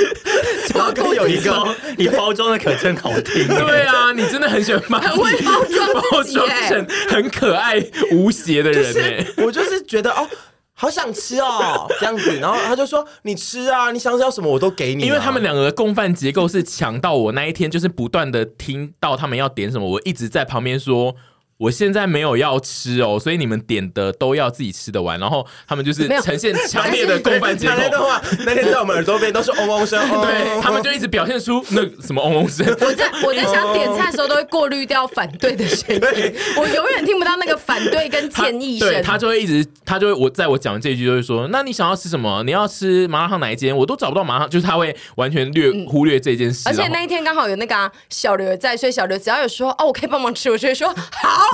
S4: 然后跟有一个
S3: 你包装的可真好听，
S2: 对啊，你真的很喜欢 把
S5: 很会
S2: 自己
S5: 包装
S2: 包
S5: 自己
S2: 装
S5: 哎
S2: 成很可爱无邪的
S4: 就
S2: 人呢、欸
S4: 是 我就是觉得哦，好想吃哦，这样子，然后他就说你吃啊，你想要什么我都给你啊、
S2: 因为他们两个的共犯结构是强到我那一天就是不断的听到他们要点什么，我一直在旁边说。我现在没有要吃哦，所以你们点的都要自己吃得完。然后他们就是
S5: 没有
S2: 呈现强烈的共犯结
S4: 讲那段
S2: 构，
S4: 话， 那天在我们耳朵边都是嗡嗡声，哦嗡
S2: 对他们就一直表现出那什么嗡嗡 声。
S5: 我在我在想点菜的时候都会过滤掉反对的声音，我永远听不到那个反对跟
S2: 他
S5: 建议
S2: 对
S5: 声。
S2: 他就会一直，他就会我在我讲这一句就会说，那你想要吃什么？你要吃麻辣烫哪一间？我都找不到麻辣，烫，就是他会完全略忽略这件事。
S5: 而且
S2: 然后
S5: 那一天刚好有那个、啊、小刘也在，所以小刘只要有说哦，我可以帮忙吃，我就会说好。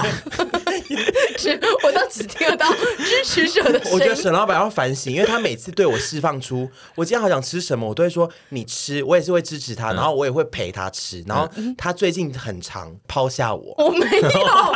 S5: 只我都只听得到支持者的
S4: 我觉得
S5: 声音。
S4: 沈老板要反省，因为他每次对我释放出我今天好想吃什么，我都会说你吃，我也是会支持他，
S2: 嗯
S4: 然后我也会陪他吃。然后他最近很常抛下我，
S5: 我没有，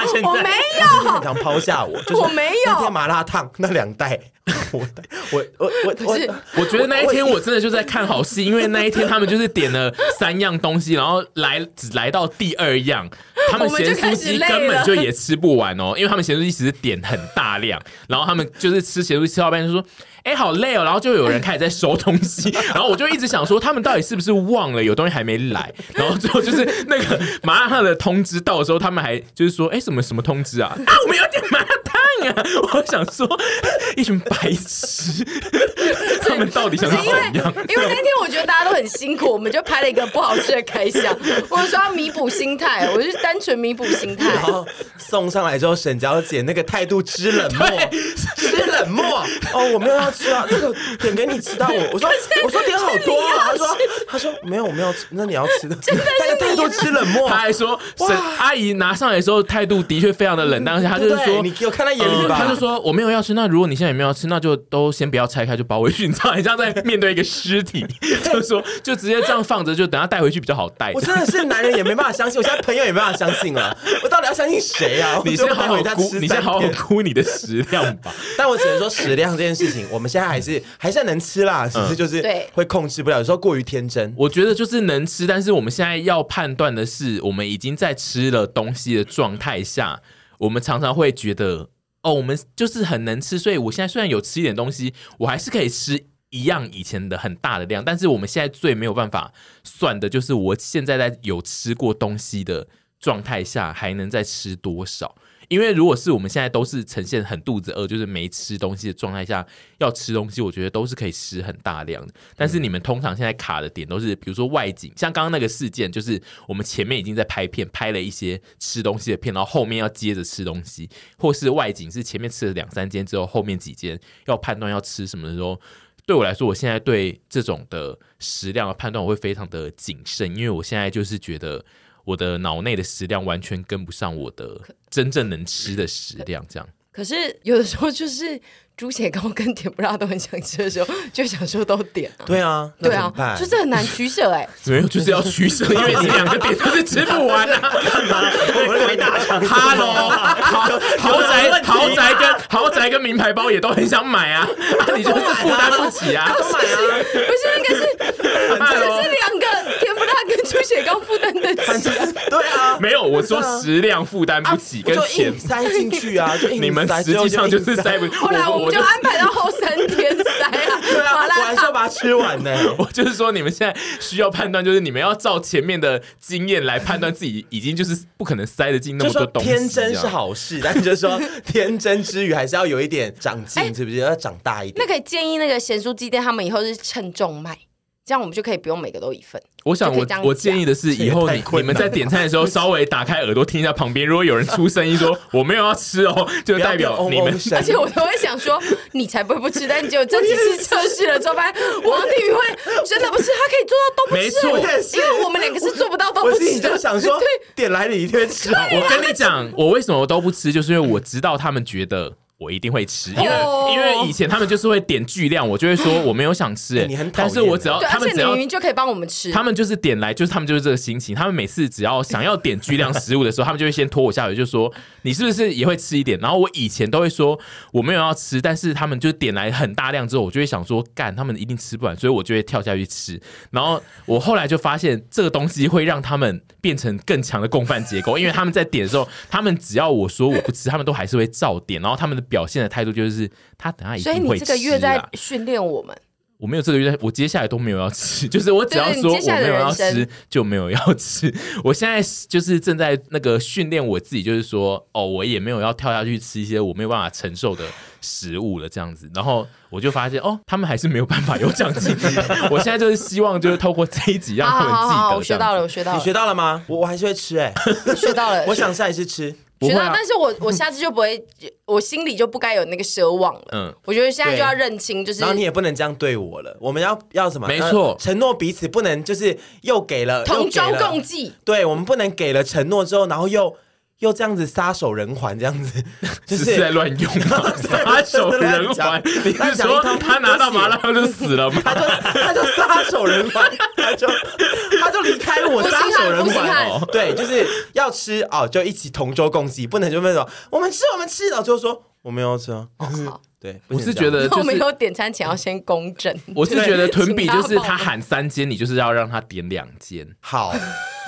S3: 现在
S5: 我没
S4: 他最近
S5: 有
S4: 很。常抛下我，就是
S5: 我没有
S4: 那天麻辣烫那两袋， 我我我我
S5: 是
S4: 我
S2: 我觉得那一天我真的就在看好戏，因为那一天他们就是点了三样东西，然后来只来到第二样，他们咸酥鸡根本就也吃不完哦，因为他们咸酥鸡其实点很大量，然后他们就是吃咸酥鸡吃到半就说。哎、好累哦！然后就有人开始在收东西，然后我就一直想说，他们到底是不是忘了有东西还没来？然后最后就是那个麻辣烫的通知到的时候，他们还就是说，哎、什么什么通知啊？啊，我们有点麻辣烫啊！ 我想说，一群白痴， 他们到底想
S5: 是
S2: 怎
S5: 因为
S2: 样？
S5: 因为那天我觉得大家都很辛苦，我们就拍了一个不好吃的开箱。我说要弥补心态，我就是单纯弥补心态。
S4: 然后送上来之后，沈娇姐那个态度之冷漠，之冷漠。 哦，我没有要吃啊，这个点给你吃到我。 我说我说点好多啊，他说他说没有我没有吃，那你要吃的。大家态度之冷漠
S2: 他，还说，沈阿姨拿上来的时候态度的确非常的冷淡，而且他就
S4: 对
S2: 是
S4: 不嗯对？
S2: 说
S4: 你。有看在眼里
S2: 呃
S4: 吧？
S2: 他就说我没有要吃，那如果你现在也没有要吃，那就都先不要拆开，就包回去。你知道，很像在面对一个尸 体，就说就直接这样放着，就等他带回去比较好带
S4: 我。真的是男人也没办法相信，我现在朋友也没办法相信了。我到底要相信谁啊？
S2: 你
S4: 我就
S2: 先好
S4: 带回
S2: 好
S4: 家
S2: 估，
S4: 吃
S2: 你先
S4: 三
S2: 好好
S4: 天
S2: 估你的食量吧。
S4: 但我只能说食量这件事情，我们现在还是还是能吃啦，只是就是
S5: 对
S4: 会控制不了，有时候过于天真。
S2: 我觉得就是能吃，但是我们现在要判断的是，我们已经在吃了东西的状态下，我们常常会觉得，哦，我们就是很能吃，所以我现在虽然有吃一点东西，我还是可以吃一样以前的很大的量，但是我们现在最没有办法算的就是，我现在在有吃过东西的状态下，还能再吃多少。因为如果是我们现在都是呈现很肚子饿，就是没吃东西的状态下，要吃东西，我觉得都是可以吃很大量的。但是你们通常现在卡的点都是，比如说外景，像刚刚那个事件，就是我们前面已经在拍片，拍了一些吃东西的片，然后后面要接着吃东西，或是外景是前面吃了两三间之后，后面几间要判断要吃什么的时候。对我来说，我现在对这种的食量的判断，我会非常的谨慎，因为我现在就是觉得我的脑内的食量完全跟不上我的真正能吃的食量，这样。
S5: 可是有的时候就是猪血糕跟甜不辣都很想吃的时候，就想说都点啊。
S4: 对啊，那
S5: 对
S4: 怎么
S5: 啊，
S4: 办
S5: 就是很难取舍哎、
S2: 没有，就是要取舍，因为你两个点就是吃不完啊。
S4: 我们鬼打墙
S2: Hello，豪豪宅、豪宅跟豪宅跟名牌包也都很想买啊，啊你就是负担不起啊。
S4: 都买啊！
S5: 不是那个是，
S2: Hello，
S5: 这是两个甜不辣跟猪斜杠负担 得
S4: 反
S5: 起
S4: 正
S5: 啊。
S4: 对啊，
S2: 没有，我说食量负担不起，跟
S4: 就
S2: 钱
S4: 硬，塞进去啊，就硬塞
S2: 你们实际上就是塞。不。
S5: 后来我们就
S2: 就
S5: 安排到后三天塞 啊，
S4: 最后就硬塞对啊，
S5: 麻
S4: 我
S5: 辣
S4: 还是要
S5: 烫。
S4: 把它吃完呢。
S2: 我就是说，你们现在需要判断，就是你们要照前面的经验来判断自己已经就是不可能塞得进那
S4: 就
S2: 么
S4: 说
S2: 多东西、啊。
S4: 天真是，好事，但是就说天真之余还是要有一点长进，是不是？要长大一点
S5: 那。可以建议那个咸酥鸡店，他们以后是称重卖，这样我们就可以不用每个都一份。
S2: 我想
S5: 就可
S2: 我
S5: 以这样
S2: 我建议的是，
S4: 这也
S2: 以后
S4: 太
S2: 你
S4: 困
S2: 你
S4: 难
S2: 们在
S4: 了
S2: 点餐的时候稍微打开耳朵听一下旁边，如果有人出声音说我没有要吃哦， 就
S4: 不要
S2: 代
S4: 变
S2: 表
S4: 嗡
S2: 你们
S4: 嗡声
S5: 而且我都会想说，你才不会不吃，但结果这几次测试了之后，发现王定宇会真的不吃，他可以做到都不
S2: 没
S5: 吃
S2: 错
S5: 欸，
S2: 我
S4: 也是
S5: 因为我们两个是做不到都
S4: 我
S5: 不
S4: 自己
S5: 吃
S4: 就
S5: 的。啊
S4: 想说，点来你一定会吃好
S2: 我跟你讲，我为什么都不吃，就是因为我知道他们觉得我一定会吃，因为、
S5: 哦
S2: 因为以前他们就是会点巨量，我就会说我没有想吃、欸
S4: 哎你很讨
S2: 但
S4: 厌
S2: 是我只要
S5: 对，
S2: 他
S5: 而
S2: 们
S5: 且
S2: 只
S5: 你
S2: 要
S5: 明明就可以帮我们吃，
S2: 他们就是点来，就是他们就是这个心情。他们每次只要想要点巨量食物的时候，他们就会先拖我下水，就说你是不是也会吃一点？然后我以前都会说我没有要吃，但是他们就点来很大量之后，我就会想说干，他们一定吃不完，所以我就会跳下去吃。然后我后来就发现这个东西会让他们变成更强的共犯结构，因为他们在点的时候，他们只要我说我不吃，他们都还是会照点。然后他们的表现的态度就是他等下一
S5: 所以
S2: 定
S5: 你
S2: 会
S5: 这
S2: 吃、啊。
S5: 个月在训练我们。
S2: 我没有这个月，我接下来都没有要吃， 就是我只要说
S5: 对对你接
S2: 我
S5: 下来
S2: 没
S5: 的
S2: 有要
S5: 人生
S2: 吃就没有要吃。我现在就是正在那个训练我自己，就是说哦，我也没有要跳下去吃一些我没有办法承受的食物了，这样子。然后我就发现哦，他们还是没有办法有长进。 我现在就是希望就是透过这一集让
S5: 好
S2: 他们
S5: 好好好，我
S2: 记
S5: 学
S2: 得这
S5: 到了，
S2: 样
S5: 我
S2: 子。
S5: 学到
S4: 你
S5: 了，
S4: 学到了吗？我我还是会吃哎，
S5: 学到了。
S4: 我想下一次吃。
S2: 不
S5: 学
S2: 会
S5: 到，
S2: 啊，
S5: 但是我我下次就不会， 我心里就不该有那个奢望了。
S2: 嗯，
S5: 我觉得现在
S4: 对
S5: 就要认清，就是
S4: 然后你也不能这样对我了，我们要要什么？
S2: 没错
S4: 呃承诺彼此不能就是又给了
S5: 同舟共
S4: 济。
S5: 济。
S4: 对，我们不能给了承诺之后，然后又又这样子撒手人寰，这 样子
S2: 只
S4: 就
S2: 是在
S4: 是
S2: 乱用 啊，撒手人寰。你
S4: 乱
S2: 是
S4: 讲一
S2: 说
S4: 通
S2: 他拿到麻辣烫就死了吗？
S4: 他就他就撒手人寰，他就他就离开了我
S5: 不稀
S4: 撒
S5: 罕
S4: 手人
S5: 不稀
S4: 寰
S5: 罕
S4: 哦。对，就是要吃哦，就一起同舟共济，不能就那种我们吃我们吃，然后最后说我没有要吃啊。
S5: 好，
S4: 对，
S2: 我是
S4: 不能
S2: 觉
S4: 这
S2: 得
S5: 那
S4: 样
S2: 就
S5: 我们
S2: 是
S5: 以后点餐前要先公正。
S2: 我是觉得屯比就是
S5: 请他
S2: 他喊三间，你就是要让他点两间。
S4: 好，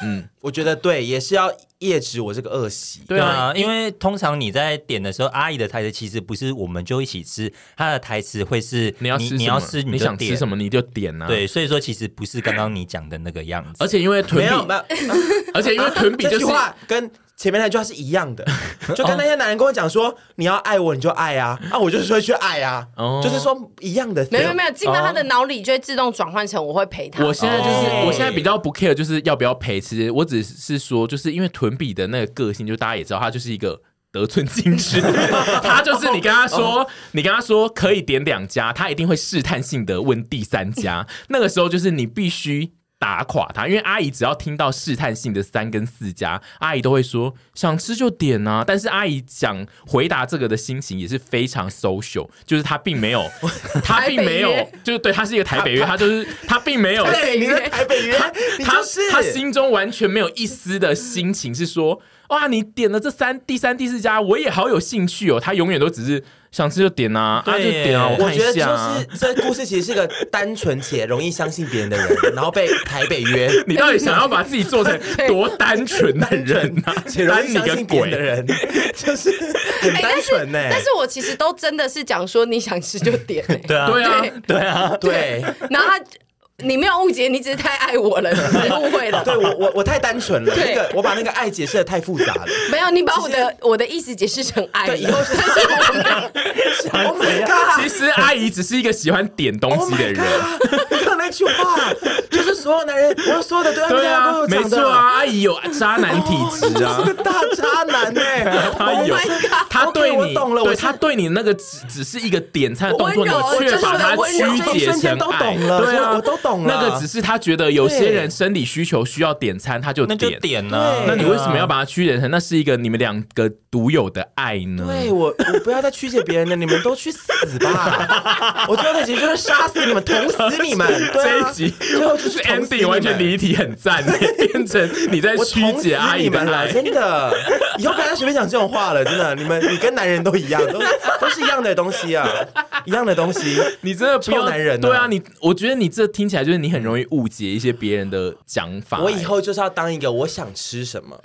S4: 嗯
S2: 嗯，
S4: 我觉得对，也是要抑制我这个恶习。
S2: 对啊，
S3: 啊， 因为通常你在点的时候，阿姨的台词其实不是我们就一起吃，她的台词会是
S2: 你要吃什
S3: 你
S2: 么
S3: 你要吃
S2: 你
S3: 就
S2: 想吃
S3: 点
S2: 什么你就点啊。，
S3: 对，所以说其实不是刚刚你讲的那个样子。
S2: 而且因为
S4: 没
S2: 屯
S4: 有，没
S2: 比，
S4: 有，
S2: 而且因为屯比
S4: 这
S2: 就
S4: 句
S2: 是
S4: 话跟前面那句话是一样 的，就跟那些男人跟我讲说，你要爱我，你就爱啊，啊，我就是会去爱啊，
S2: 哦
S4: 就是说一样的。
S5: 没有没有没有，进到他的脑里就会自动转换成我会陪他。
S2: 我现在就是
S4: 哦
S2: 我现在比较不 care，就是要不要陪吃，我只是说，就是因为屯比的那个个性，就大家也知道，他就是一个。得寸进 尺，他就是你跟他说，你跟他说可以点两家，他一定会试探性的问第三家。那个时候就是你必须打垮他，因为阿姨只要听到试探性的三跟四家，阿姨都会说想吃就点啊。但是阿姨想回答这个的心情也是非常 social，就是她并 没有，她并没
S5: 台北
S2: 有
S5: 约，
S2: 就是对，她是一个台北约，她就是她并没有
S4: 对，你在台北约，你
S2: 他
S4: 就是
S2: 他心中完全没有一丝的心情是说，哇，你点了这三第三第四家，我也好有兴趣哦。他永远都只是想吃就点啊，啊
S3: 对
S2: 就
S3: 耶
S2: 点啊，我
S4: 我
S2: 看
S4: 觉得
S2: 一
S4: 就
S2: 下、啊。
S4: 是哎这故事其实是个单纯且容易相信别人的人，然后被台北约，
S2: 你到底想要把自己做成多单纯的人 啊？
S4: 且容
S2: 单
S4: 易
S2: 你
S4: 相
S2: 个
S4: 信别人的
S2: 鬼！
S4: 人，就是很
S5: 哎
S4: 单
S5: 但
S4: 纯
S5: 是
S4: 呢。
S5: 但是我其实都真的是讲说你想吃就点欸。
S3: 对啊，
S2: 对啊，
S3: 对啊，
S4: 对
S5: 然后他你没有误解，你只是太爱我了，你是误会了。
S4: 对，我我我太单纯了，那
S5: 对
S4: 个我把那个爱解释的太复杂了。
S5: 没有，你把我的我的意思解释成爱了。
S4: 对，以 后是 Oh my God！
S2: 其实阿姨只是一个喜欢点东
S4: Oh
S2: 西的
S4: my
S2: 人。
S4: god！你看那句话，就是所有男人，我所有的对
S2: 对
S4: 话
S2: 啊
S4: 都，
S2: 没
S4: 有讲的，
S2: 错啊，阿姨有渣男体
S4: 哦，
S2: 质 啊
S4: 你是。个大渣男呢。
S2: 他有
S5: Oh my God，
S2: 他对
S4: OK，我
S2: 你，
S4: 懂了我
S2: 对
S4: 是
S2: 他对你那个只只是一个点餐的动作，
S5: 温柔
S2: 你却把它曲解成爱，
S4: 我瞬间都懂了
S2: 对啊，
S4: 我都懂了
S2: 那个只是他觉得有些人生理需求需要点餐，他就
S3: 那就
S2: 点。
S3: 点啊。
S4: 对
S2: 那你为什么要把它曲解成那是一个你们两个独有的爱呢？
S4: 对我，我不要再曲解别人了，你们都去死 吧！我最后的结局就是杀死你们，捅死你们。对
S2: 这
S4: 啊
S2: 一集
S4: 最后 就是捅死
S2: ending
S4: 你们
S2: 完全离题，很 赞，变成你在
S4: 我
S2: 曲
S4: 捅死
S2: 解啊阿
S4: 你
S2: 姨的
S4: 们了，
S2: 爱。
S4: 真的。以后不要再随便讲这种话了，真的。你们，你跟男人都一样，都都是一样的东西啊，一样的东西，
S2: 你真的不用
S4: 臭男人啊
S2: 对啊，你我觉得你这听起来就是你很容易误解一些别人的讲法、
S4: 我以后就是要当一个我想吃什么，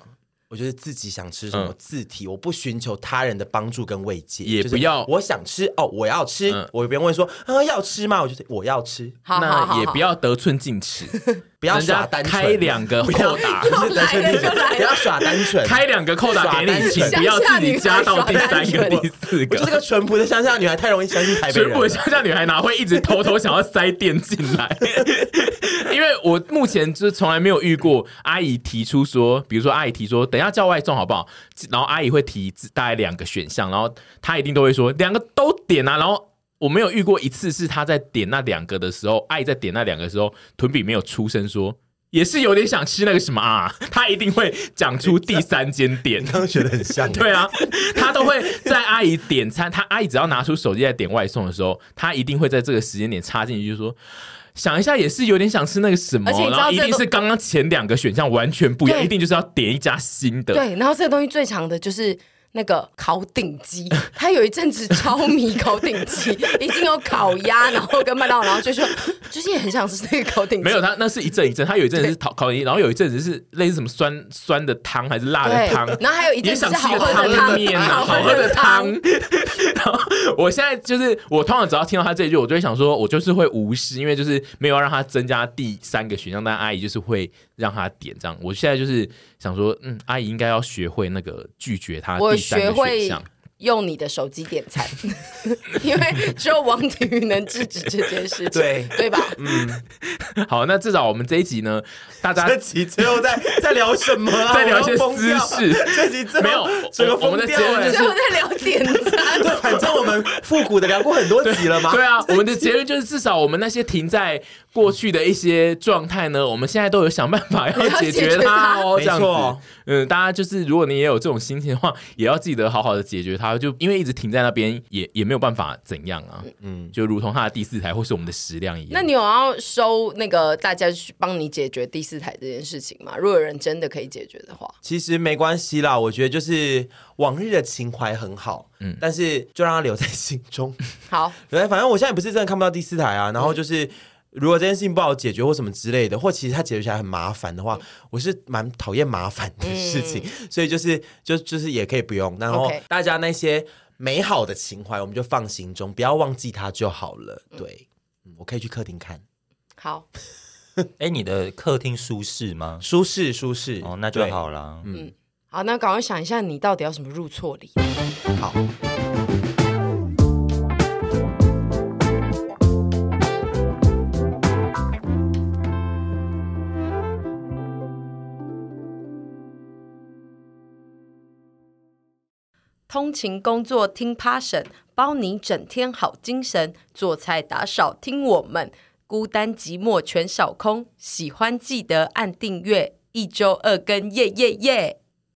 S4: 我就是自己想吃什么
S2: 嗯
S4: 自体，我不寻求他人的帮助跟慰藉，
S2: 也
S4: 就是
S2: 不要
S4: 我想吃哦，我要吃，
S2: 嗯
S4: 我也不用问说啊要吃吗？我就是我要吃，
S5: 好好好
S2: 那也不要得寸进尺，
S4: 不 要
S2: 人家
S4: 耍单纯，
S2: 开两个
S4: 不
S2: 扣
S4: 要
S2: 打，
S4: 不是单
S5: 来
S4: 纯
S5: 了
S4: 地
S5: 就来了
S4: 不要耍单纯。
S2: 开两个扣打给
S4: 耍单
S2: 你，请
S4: 纯
S2: 不要自己加到第三
S5: 乡下
S2: 个、
S5: 女孩
S2: 第四
S4: 我就是
S2: 个。
S4: 个淳朴的乡下女孩，太容易相信台北
S2: 水
S4: 人
S2: 果
S4: 了。
S2: 乡下女孩哪会一直偷偷想要塞电进来？ 因为我目前就是从来没有遇过阿姨提出说，比如说阿姨提说，等一下叫外送好不好？然后阿姨会提大概两个选项，然后她一定都会说两个都点啊。然后我没有遇过一次是她在点那两个的时候，阿姨在点那两个的时候，屯比没有出声说。也是有点想吃那个什么啊，她一定会讲出第三间店。
S4: 刚刚觉得很像，
S2: 对啊，他都会在阿姨点餐，他阿姨只要拿出手机来点外送的时候，他一定会在这个时间点插进去，就说。想一下，也是有点想吃那个什么，
S5: 而且你知道
S2: 然后一
S5: 这
S2: 定
S5: 个
S2: 是刚刚前两个选项完全不一样，
S5: 对
S2: 一定就是要点一家新的。
S5: 对，然后这个东西最长的就是。那个烤顶鸡，他有一阵子超迷烤顶 鸡，已经有烤鸭，然后跟麦当劳，然后就说，就是也很想吃那个烤顶鸡。
S2: 没有，他那是一阵一阵，他有一阵子是烤烤鸡，然后有一阵子是类似什么酸酸的汤还是辣的
S5: 对
S2: 汤，
S5: 然后还有一
S2: 也
S5: 阵子
S2: 想
S5: 是
S2: 吃
S5: 好
S2: 一个
S5: 喝的汤
S2: 面啊，好喝的汤。。 然后我现在就是，我通常只要听到他这一句，我就会想说，我就是会无视，因为就是没有要让他增加第三个选项，但阿姨就是会让他点这样。我现在就是想说，嗯，阿姨应该要学会那个拒绝他
S5: 我
S2: 第三
S5: 学
S2: 个选
S5: 会
S2: 项。
S5: 用你的手机点餐， 因为只有王庭宇能制止这件事情，
S4: 对
S5: 对吧？
S2: 嗯好，那至少我们这一集呢，大家
S4: 这集最后在在聊什么啊？
S2: 啊 在聊一些
S4: 我要疯
S2: 私
S4: 掉
S2: 事
S4: 这集最后
S2: 没有
S4: 整个
S2: 我我们
S4: 疯
S2: 的
S4: 掉
S2: 结论就
S4: 哎
S2: 是
S5: 最后在聊点 餐，
S4: 对，反正我们复古的聊过很多集了嘛。
S2: 对啊，我们的结论就是，至少我们那些停在过去的一些状态呢，我们现在都有想办法要解决
S3: 啊
S2: 它哦。这
S4: 解决它
S2: 样
S4: 没错
S2: 子，嗯，大家就是，如果你也有这种心情的话，也要记得好好的解决它，就因为一直停在那边，也也没有办法怎样啊。嗯，就如同它的第四台或是我们的食量一样。
S5: 那你有要收那个大家去帮你解决第四台这件事情吗？如果有人真的可以解决的话，
S4: 其实没关系啦，我觉得就是往日的情怀很好，嗯，但是就让它留在心中。
S5: 好，
S4: 对，反正我现在也不是真的看不到第四台啊，然后就是。如果这件事情不好解决或什么之类的，或其实它解决起来很麻烦的话，
S3: 嗯
S4: 我是蛮讨厌麻烦的事情，所以就是就就是也可以不用。然后
S5: OK
S4: 大家那些美好的情怀，我们就放心中，不要忘记它就好了。对，嗯我可以去客厅看，
S5: 好，
S3: 哎，你的客厅舒适吗？
S4: 舒适舒适
S3: 哦，那就
S4: 对
S3: 好啦。
S5: 好，那赶快想一下，你到底要什么入错礼？
S4: 好，
S5: 通勤工作听 Passion，包你整天好精神；做菜打扫听我们，孤单寂寞全扫空。喜欢记得按订阅，一周二更，耶耶耶！